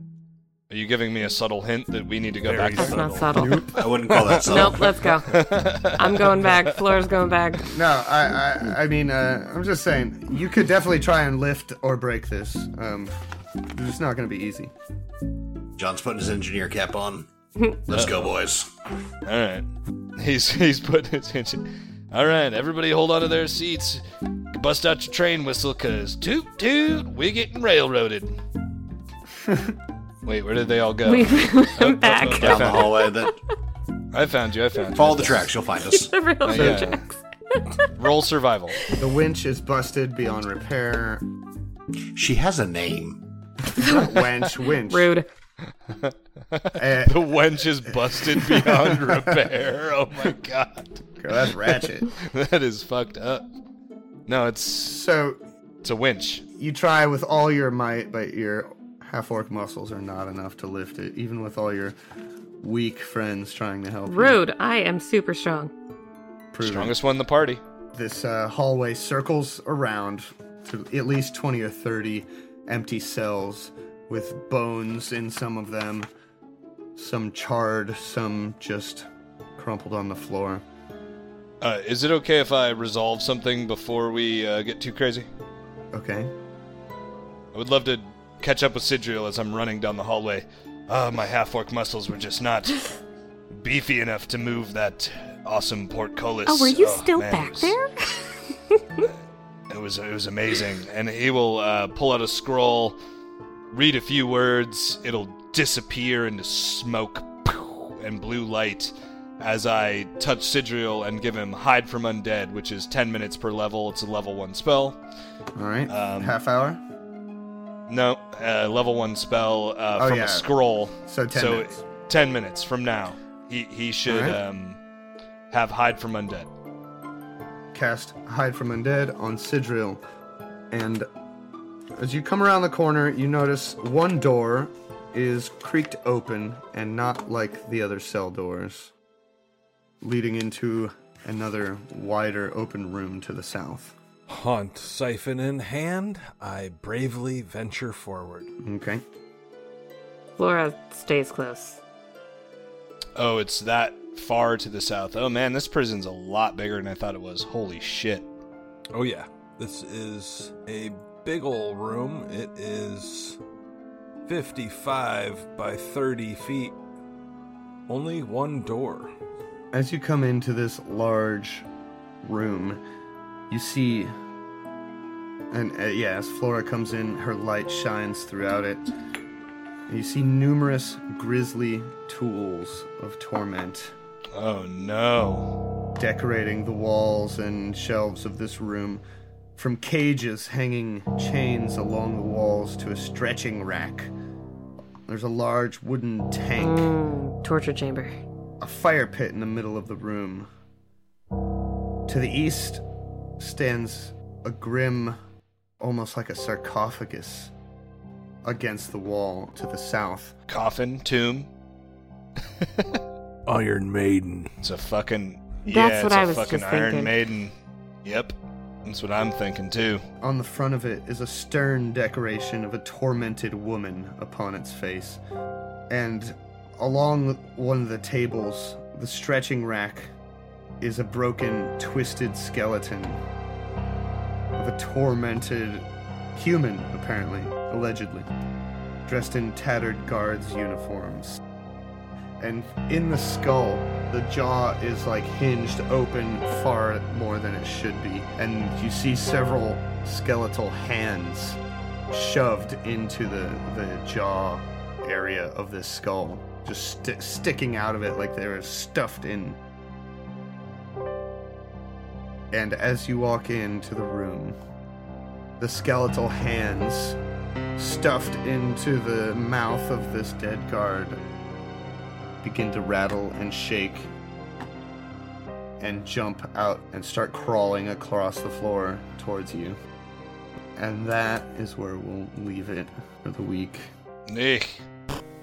Are you giving me a subtle hint that we need to go back? That's to- not subtle. I wouldn't call that subtle. Nope. <laughs> Let's go. I'm going back. Flora's going back. <laughs> No, I, I, I mean, uh, I'm just saying you could definitely try and lift or break this. Um, it's not going to be easy. John's putting his engineer cap <laughs> on. Let's go, boys. All right. <laughs> He's he's putting attention. All right, everybody, hold on to their seats. Bust out your train whistle, cause toot toot, we getting <laughs> railroaded. Wait, where did they all go? We Oh, went back. <laughs> oh, Down I, the found, hallway. That I found you. I found you. follow the tracks. You'll find <laughs> us. The real Yeah. jokes. Roll survival. The winch is busted beyond repair. She has a name. Not wench, winch. <laughs> Rude. Eh, The wench is busted beyond repair. Oh my god, girl, that's ratchet. that is fucked up. No, it's So it's a winch. You try with all your might, but your half orc muscles are not enough to lift it, even with all your weak friends trying to help. you. Rude. I am super strong. Prudent. Strongest one in the party. This uh, hallway circles around to at least 20 or 30 empty cells with bones in some of them, some charred, some just crumpled on the floor. Uh, is it okay if I resolve something before we uh, get too crazy? Okay. I would love to catch up with Sidriel as I'm running down the hallway. Ah, my half orc muscles were just <laughs> not beefy enough to move that awesome portcullis. Oh, were you Oh, still man, it back was- there? It was it was amazing, and he will uh, pull out a scroll, read a few words. It'll disappear into smoke pew, and blue light as I touch Sidriel and give him Hide from Undead, which is ten minutes per level. It's a level one spell. All right. Um, Half hour. No, uh, level one spell uh, Oh, from yeah. a scroll. So 10 minutes. ten minutes from now, he he should Alright. um, have Hide from Undead. Cast Hide from Undead on Sidril. And as you come around the corner, you notice one door is creaked open and not like the other cell doors, leading into another wider open room to the south. Haunt siphon in hand, I bravely venture forward. Okay. Flora stays close. Oh, it's that far to the south. Oh man, this prison's a lot bigger than I thought it was. Holy shit. Oh yeah, this is a big ol' room. It is 55 by 30 feet. Only one door. As you come into this large room, you see, and uh, yeah, as Flora comes in, her light shines throughout it. And you see numerous grisly tools of torment Oh no. decorating the walls and shelves of this room, from cages hanging chains along the walls to a stretching rack. There's a large wooden tank Mm, torture chamber. a fire pit in the middle of the room. To the east stands a grim, almost like a sarcophagus, against the wall to the south. Coffin, tomb. Iron Maiden. It's a fucking That's yeah, it's what a I was fucking just Iron thinking. Maiden. Yep. That's what I'm thinking too. On the front of it is a stern decoration of a tormented woman upon its face. And along one of the tables, the stretching rack, is a broken, twisted skeleton of a tormented human, apparently, allegedly, dressed in tattered guards' uniforms. And in the skull, the jaw is like hinged open far more than it should be. And you see several skeletal hands shoved into the, the jaw area of this skull, just st- sticking out of it like they were stuffed in. And as you walk into the room, the skeletal hands stuffed into the mouth of this dead guard begin to rattle and shake and jump out and start crawling across the floor towards you. And that is where we'll leave it for the week. Nick.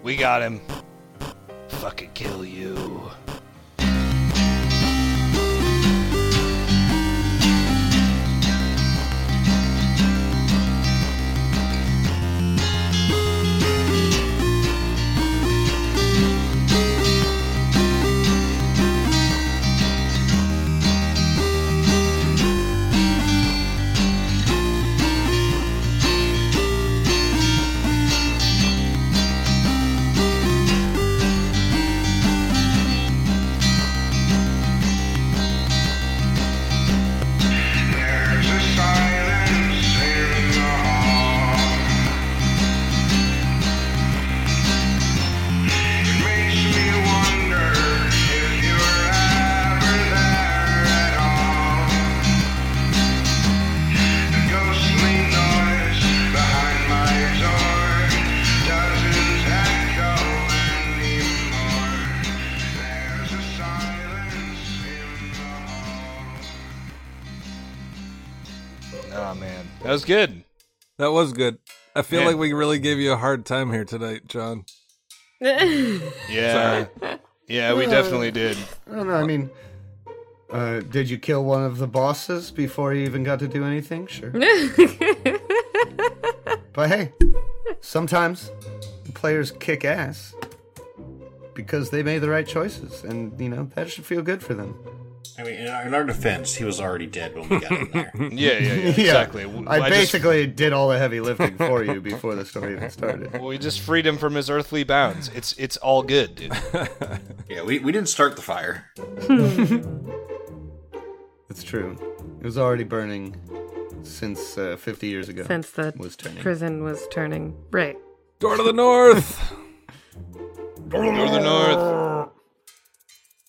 We got him. Fucking kill you. There's a silence in the hall. It makes me wonder if you're ever there at all. The ghostly noise behind my door doesn't echo anymore. There's a silence in the hall. Oh man. That was good. That was good. I feel Yeah. like we really gave you a hard time here tonight, John. <laughs> Yeah. Yeah, we definitely did. I don't know. I mean, uh, did you kill one of the bosses before you even got to do anything? Sure. but hey, sometimes the players kick ass because they made the right choices, and you know that should feel good for them. I mean, in our, in our defense, he was already dead when we got in there. Yeah, yeah, <laughs> yeah. Exactly. W- I, just- basically did all the heavy lifting for you before the story even started. we just freed him from his earthly bounds. It's it's all good, dude. <laughs> yeah, we, we didn't start the fire. It's true. It was already burning since uh, 50 years ago. Since the was turning. prison was turning. Right. <laughs> Door to the north. Northern North.